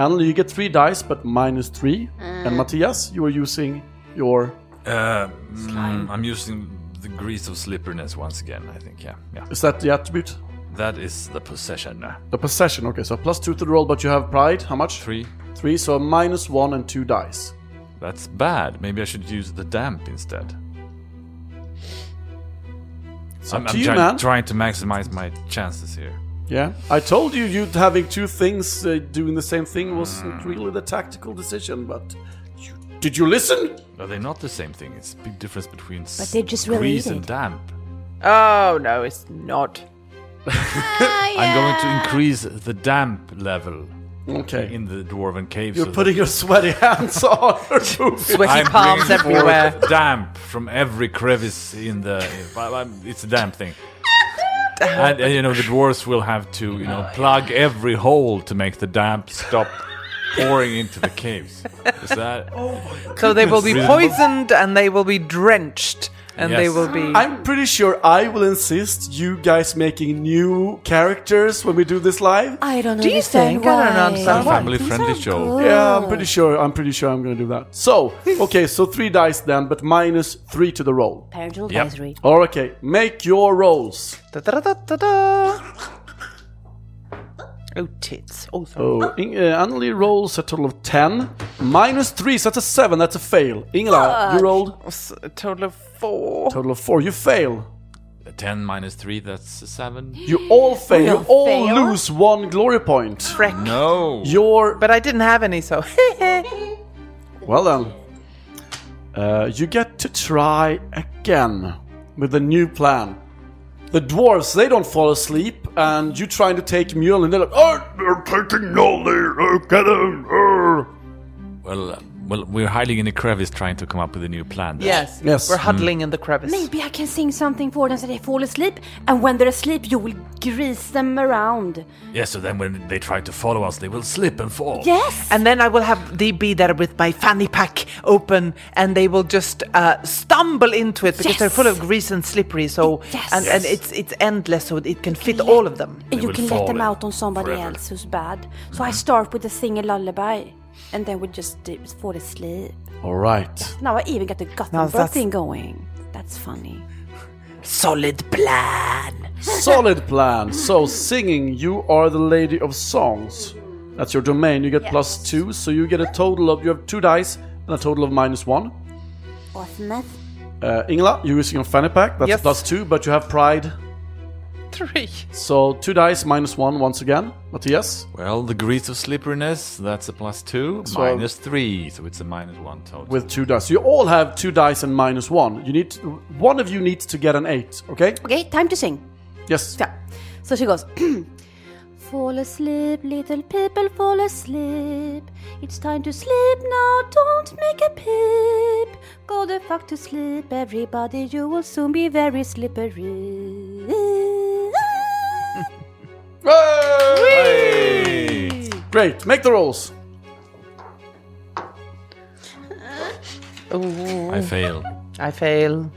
A: And you get three dice, but minus three. And Matthias, you are using your
G: Uh, mm, I'm using the grease of slipperiness once again. I think. Yeah. Yeah.
A: is that the attribute?
G: That is the possession. Uh,
A: The possession. Okay, so plus two to the roll, but you have pride. How much?
G: Three.
A: Three, so minus one and two dice.
G: That's bad. Maybe I should use the damp instead.
A: It's
G: I'm,
A: up
G: I'm
A: to you,
G: try-
A: man.
G: trying to maximize my chances here.
A: yeah, I told you, you having two things uh, doing the same thing wasn't really the tactical decision, but you, did you listen?
G: Are they not the same thing? It's a big difference between s-
B: they're just
G: grease
B: related.
G: and damp.
C: Oh, no, it's not.
A: Oh,
G: I'm going to increase the damp level
A: Okay,
G: in the dwarven cave.
A: you're
G: so that
A: putting your sweaty hands on her boobs.
C: Sweaty
G: I'm
C: palms
G: bringing forth
C: everywhere.
G: damp from every crevice in the. I- I'm- It's a damp thing. And, and, you know the dwarves will have to you know plug every hole to make the damp stop pouring into the caves. Is that?
B: Oh,
C: So they will be
G: Reasonable.
C: poisoned and they will be drenched and they
G: Yes.
C: will be.
A: I'm pretty sure I will insist you guys making new characters when we do this live.
B: I don't
C: Do you
B: understand
C: think? I don't
B: why.
C: understand
G: why. Family-friendly
B: These are
G: show.
B: good.
A: Yeah, I'm pretty sure. I'm pretty sure I'm gonna do that. So, okay, so three dice then, but minus three to the roll.
B: Parental
G: Yep.
B: advisory.
A: Or okay, make your rolls.
C: Da-da-da-da-da. Oh, tits. Oh, sorry.
A: Oh, Ing- uh, Annelie rolls a total of 10. Minus 3, so that's a 7. That's a fail. Ingela, you rolled
C: S- A uh, total of four.
A: total of 4. You fail.
G: 10 minus 3, that's a 7.
A: You all fail. You all
B: fail.
A: lose one glory point.
C: Freck.
G: No!
A: Your
C: But I didn't have any, so. [LAUGHS]
A: well then. Uh, you get to try again with a new plan. The dwarves they don't fall asleep, and you trying to take Mule, and they're like, "Oh, they're taking Nolly, uh, get him!" uh."
G: Well, uh, well, we're hiding in a crevice trying to come up with a new plan. then.
C: yes.
A: Yes. Mm.
C: We're huddling in the crevice.
B: Maybe I can sing something for them so they fall asleep, and when they're asleep, you will grease them around.
D: Yeah, so then when they try to follow us, they will slip and fall.
B: Yes!
C: And then I will have thee be there with my fanny pack open, and they will just uh, stumble into it because they're full of
B: Yes.
C: grease and slippery. So
B: Yes.
C: and, and it's it's endless, so it can fit all of them.
B: and you
D: will
B: can
D: fall
B: let them
D: in
B: out on somebody
D: forever.
B: else who's bad. So I start with a single lullaby, and then we just d- fall asleep.
A: All right.
B: Now I even got the Gothenburg
C: that's-
B: thing going. That's funny.
C: Solid plan.
A: Solid plan. So singing, you are the lady of songs. That's your domain. You get plus two, so you get a total of you have two dice and a total of minus one.
B: Awesome.
A: Uh, Ingela, you're using your fanny pack. That's
C: Yes.
A: plus two, but you have pride.
C: Three.
A: So two dice minus one once again. Matthias,
G: Well, the grease of slipperiness, that's a plus 2,
A: So-
G: minus 3, so it's a minus 1 total.
A: with two dice. You all have two dice and minus one. You need one of you needs to get an eight. Okay?
B: Okay, time to sing.
A: Yes.
B: Yeah. So she goes. [CLEARS THROAT] Fall asleep, little people, fall asleep. It's time to sleep now, don't make a peep. Go the fuck to sleep, everybody, you will soon be very [LAUGHS] slippery.
A: Hey! Great. Make the rolls.
G: I fail.
C: I fail.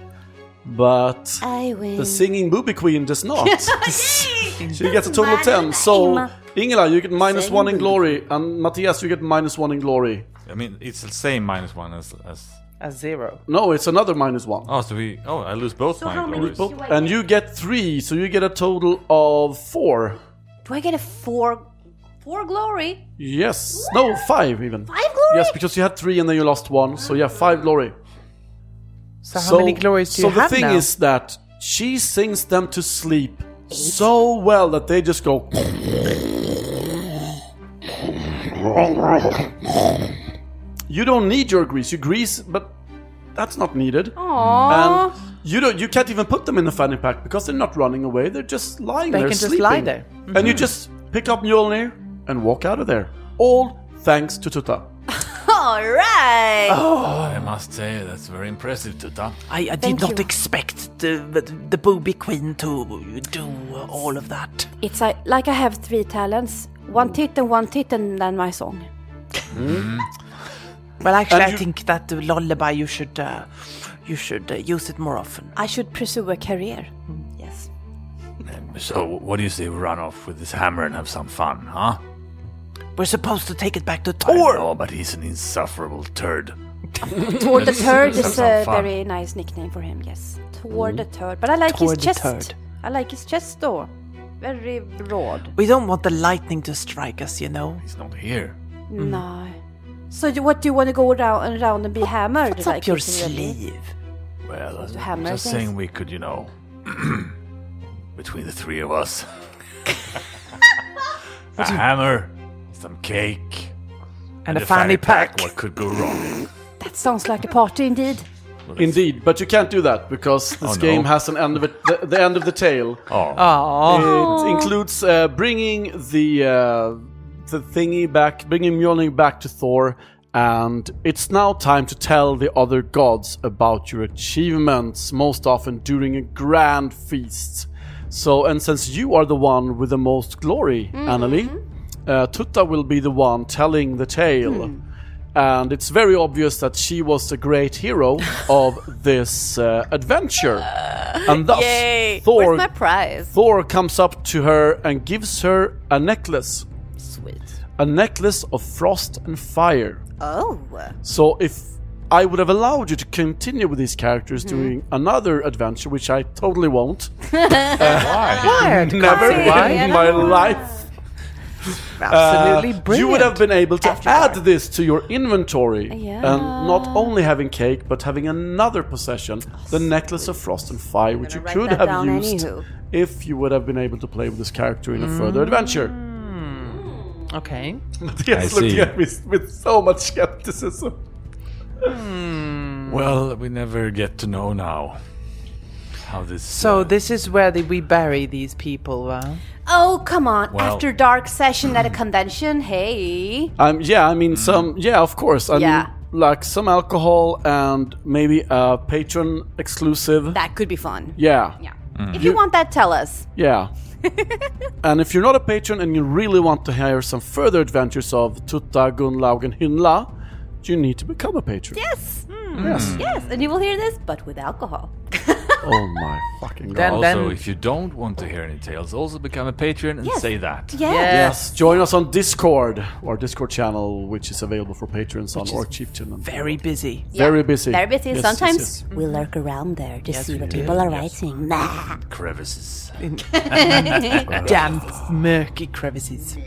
A: But
B: I win.
A: The
B: [LAUGHS]
A: singing booby queen does not. [LAUGHS] she gets a total of 10. So, Ingela, you get minus 1 in glory, and Matthias, you get minus 1 in glory.
G: I mean, it's the same minus 1 as. as
C: A zero.
A: No, it's another minus 1.
G: oh, so we. Oh, I lose both my
B: how many
G: glories.
B: people-
A: And you get 3, so you get a total of 4.
B: Do I get a four? Four glory?
A: Yes. No, 5 even.
B: Five glory?
A: Yes, because you had 3 and then you lost 1. So, yeah, 5 glory.
C: So how many glories do
A: so
C: you have
A: the thing
C: now?
A: is that she sings them to sleep so well that they just go. you don't need your grease. You grease, but that's not needed. And you don't. You can't even put them in a fanny pack because they're not running away. They're just lying
C: They
A: there
C: can just
A: sleeping.
C: lie there. Mm-hmm.
A: And you just pick up Mjolnir and walk out of there. All thanks to Tuta.
B: All right.
D: I must say, that's very impressive, Tota. Tuta.
C: I, I did not expect the, the the booby queen to do all of that.
B: It's like, like I have three talents. One tit and one tit and then my song.
C: Well, actually,
A: And
C: I
A: you-
C: think that the lullaby you should uh, you should uh, use it more often.
B: I should pursue a career.
D: Hmm. [LAUGHS]
B: Yes.
D: So, what do you say we run off with this hammer and have some fun, huh?
C: We're supposed to take it back to
D: I
C: Tor.
D: know, but he's an insufferable turd.
B: Toward the Turd
D: That
B: is a
D: sounds fun.
B: very nice nickname for him, yes. Toward the Turd. But I like
C: Toward the
B: his chest.
C: Turd.
B: I like his chest though. Very broad.
C: We don't want the lightning to strike us, you know.
D: He's not here.
C: Mm.
B: No. So you, what, do you want to go around and around and be hammered?
C: What's
B: like
C: up your
B: this, really?
C: sleeve?
D: Well, I'm
B: hammer
D: just
B: things.
D: saying we could, you know, [CLEARS THROAT] between the three
B: [LAUGHS]
D: of us, [LAUGHS] a hammer, some cake,
C: And, a fanny pack.
D: What could go wrong?
B: That sounds like a party indeed.
A: Indeed, but you can't do that because this
D: Oh, no.
A: game has an end of it, the, the end of the tail.
D: Oh,
A: It includes uh, bringing the uh, the thingy back, bringing Mjolnir back to Thor, and it's now time to tell the other gods about your achievements, most often during a grand feast. So, and since you are the one with the most glory, Annalie, uh, Tutta will be the one telling the tale. And it's very obvious that she was the great hero of this uh, adventure. And thus, Thor
B: prize?
A: Thor comes up to her and gives her a necklace.
B: Sweet.
A: A necklace of frost and fire.
B: Oh.
A: So if I would have allowed you to continue with these characters
B: Mm-hmm.
A: doing another adventure, which I
B: [LAUGHS]
A: totally won't. [LAUGHS]
G: Why?
B: [LAUGHS]
A: Never in my life. Uh,
C: Absolutely brilliant.
A: You would have been able to add this to your inventory
B: Yeah.
A: and not only having cake but having another possession, the necklace of frost and fire, which you
B: gonna write
A: could
B: that
A: have
B: down
A: used
B: anywho. Mm.
A: if you would have been able to play with this character in a further adventure.
C: Okay.
A: [LAUGHS] Yes, looking
G: see.
A: at me s- with so much skepticism.
G: Well, we never get to know now how this.
C: So this is where the, we bury these people. Uh?
B: Oh, come on.
G: Well-
B: After dark session at a convention. Hey.
A: Um, yeah, I mean some. Yeah, of course. I
B: Yeah.
A: mean, like some alcohol and maybe a patron exclusive.
B: That could be fun.
A: yeah,
B: Yeah. If you want that, tell us.
A: yeah. and if you're not a patron and you really want to hear some further adventures of Tutta, Gunlaug, and Hinla, you need to become a patron.
B: Yes. Yes. And you will hear this, but with alcohol.
A: Oh my fucking god.
C: Then-
G: also,
C: then-
G: if you don't want to hear any tales, also become a patron and say that.
B: Yeah.
A: Yes, join us on Discord, our Discord channel, which is available for patrons on or cheap
C: Very busy.
A: very busy.
B: Very busy.
A: Yes, yes,
B: Sometimes
A: yes.
B: we lurk around there to see what people are writing. Nah.
D: Crevices.
C: Damp, murky crevices.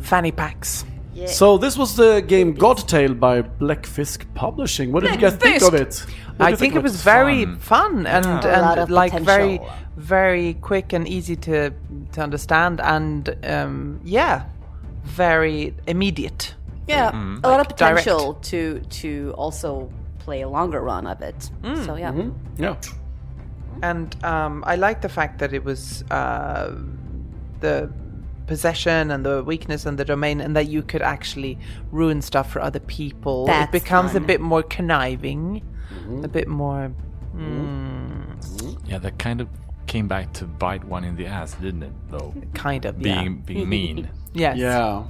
C: Fanny packs.
A: So this was the game God Tale by Blackfisk Publishing. What did you guys think of it? What do
C: I
A: you
C: think it
A: of
C: was very fun and,
B: A lot
C: and
B: of
C: like very
B: potential.
C: very quick and easy to to understand and um, yeah, very immediate.
E: Yeah, a lot of
C: direct.
E: potential to to also play a longer run of it. So yeah,
A: Yeah.
C: And um, I like the fact that it was uh, the possession and the weakness and the domain, and that you could actually ruin stuff for other people.
B: That's
C: it becomes a bit more conniving, a bit more.
G: Yeah, that kind of came back to bite one in the ass, didn't it? Though
C: Kind of
G: being
C: [LAUGHS]
G: being mean.
C: yeah. yes.
A: Yeah.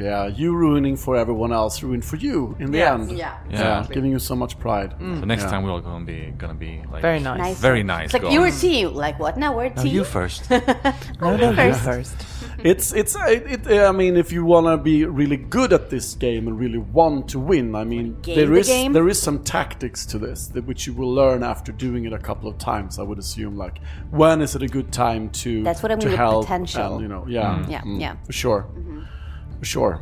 A: Yeah. You ruining for everyone else, ruined for you in the
C: Yeah.
A: end.
E: yeah.
A: Yeah. Giving you so much pride.
C: Mm.
G: So next
A: Yeah.
G: time we're all gonna be gonna be like
C: Hmm. Very nice.
B: Nice.
G: very nice.
B: It's like
G: guys.
B: you were team. Like what? Now we're
G: No,
B: team.
G: you
C: [LAUGHS]
G: first.
C: No, no, you first.
A: [LAUGHS] It's it's uh, it, it, I mean, if you wanna be really good at this game and really want to win, I mean,
B: Game
A: there
B: the
A: is
B: game.
A: there is some tactics to this that which you will learn after doing it a couple of times. I would assume, like when is it a good time to
B: That's what I
A: to
B: mean with
A: help
B: potential.
A: and, you know, yeah,
C: Mm.
A: Mm.
B: Yeah. Yeah. Mm-hmm.
A: for sure, for sure.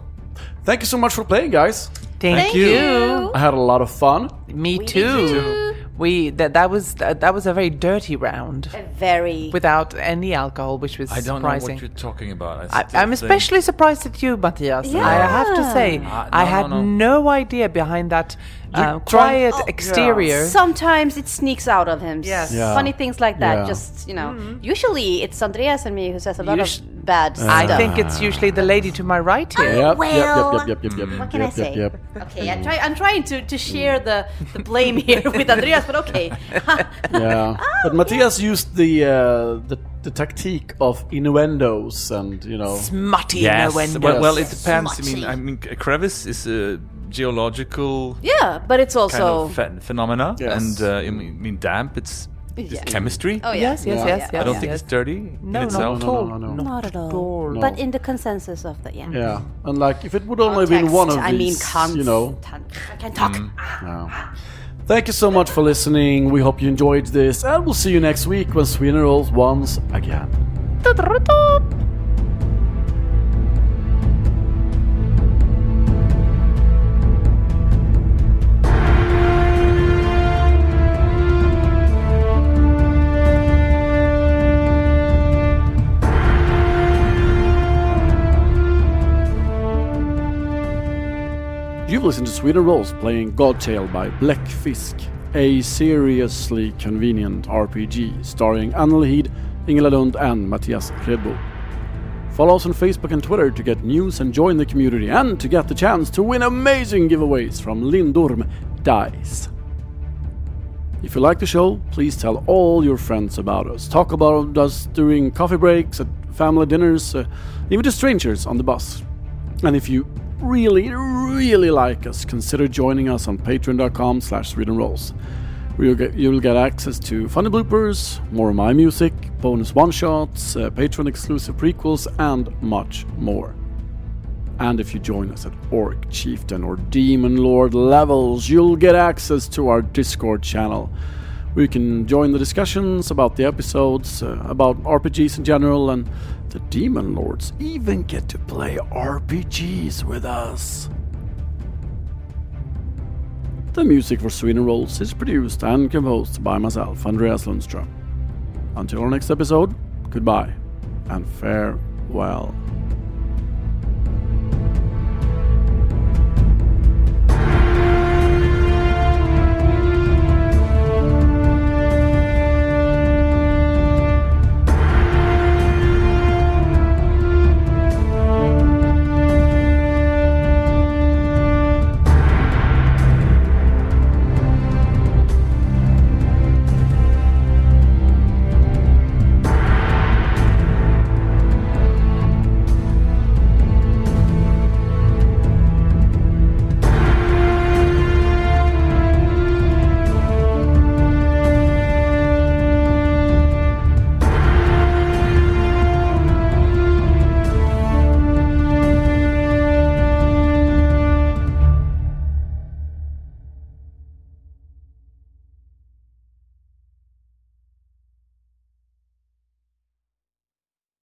A: Thank you so much for playing, guys.
C: Thank,
B: you.
A: I had a lot of fun.
C: Me too. We that that was that, that was a very dirty round
B: Very.
C: without any alcohol, which was
G: I don't know
C: surprising.
G: what you're talking about.
C: I,
G: still
C: I'm
G: think-
C: especially surprised at you, Matthias. I have to say,
G: Ah,
C: I
G: no,
C: had
G: no,
C: no, idea behind that uh,
G: trying-
C: quiet
B: Oh,
C: exterior.
B: Sometimes it sneaks out of him.
C: Yes.
A: Yeah.
B: Funny things like that.
A: Yeah.
B: Just you know. Usually it's Andreas and me who says a lot
C: Usu-
B: of
A: Uh.
B: bad
C: I
B: stuff. [LAUGHS]
C: think it's usually the lady to my right here.
A: Yep,
B: well,
A: yep, yep, yep, yep, yep.
B: what can I
A: yep,
B: say? [LAUGHS]
A: Yep, yep.
E: Okay, I try, I'm trying to, to share the, the
C: [LAUGHS]
E: blame here with Andreas, but okay.
A: Yeah.
B: Oh,
A: but Matthias used the, uh, the the tactique of innuendos and you
B: Ah.
A: know.
C: Smutty
G: Yes.
C: innuendo.
G: Well, well, it
A: Yes.
G: depends. I mean, I mean, a crevice is a geological
E: yeah, but it's also
G: kind of phe- phenomena,
A: Yes.
G: and uh, I mean, I mean, damp. It's just chemistry.
E: oh yeah.
C: yes, yes,
A: Yeah.
C: yes, yes.
G: I don't
C: yes.
G: think it's dirty
C: no,
G: in
C: no,
G: itself.
A: No, no, no, no.
B: Not at all.
A: No.
B: But in the consensus of the yeah.
A: Yeah, and like if it would only have been
B: Text,
A: one of
B: I mean,
A: these,
B: cons-
A: you know.
B: Tan- I can talk.
A: yeah. Thank you so much for listening. We hope you enjoyed this, and we'll see you next week when Sweden rolls once again. You've listened to Sweden Rolls playing God Tale by Blackfisk, a seriously convenient RPG starring Anna Heed, Ingela Lund, and Matthias Redbo. Follow us on Facebook and Twitter to get news and join the community and to get the chance to win amazing giveaways from Lindorm Dice. If you like the show, please tell all your friends about us. Talk about us during coffee breaks, at family dinners, uh, even to strangers on the bus. And if you really, really like us, consider joining us on patreon.com slash read and rolls. Where you'll get, you'll get access to funny bloopers, more of my music, bonus one-shots, uh, Patreon-exclusive prequels, and much more. And if you join us at Orc Chieftain or Demon Lord levels, you'll get access to our Discord channel, where you can join the discussions about the episodes, uh, about RPGs in general, and the Demon Lords even get to play RPGs with us. The music for Sweden Rolls is produced and composed by myself, Andreas Lundström. Until our next episode, goodbye and farewell.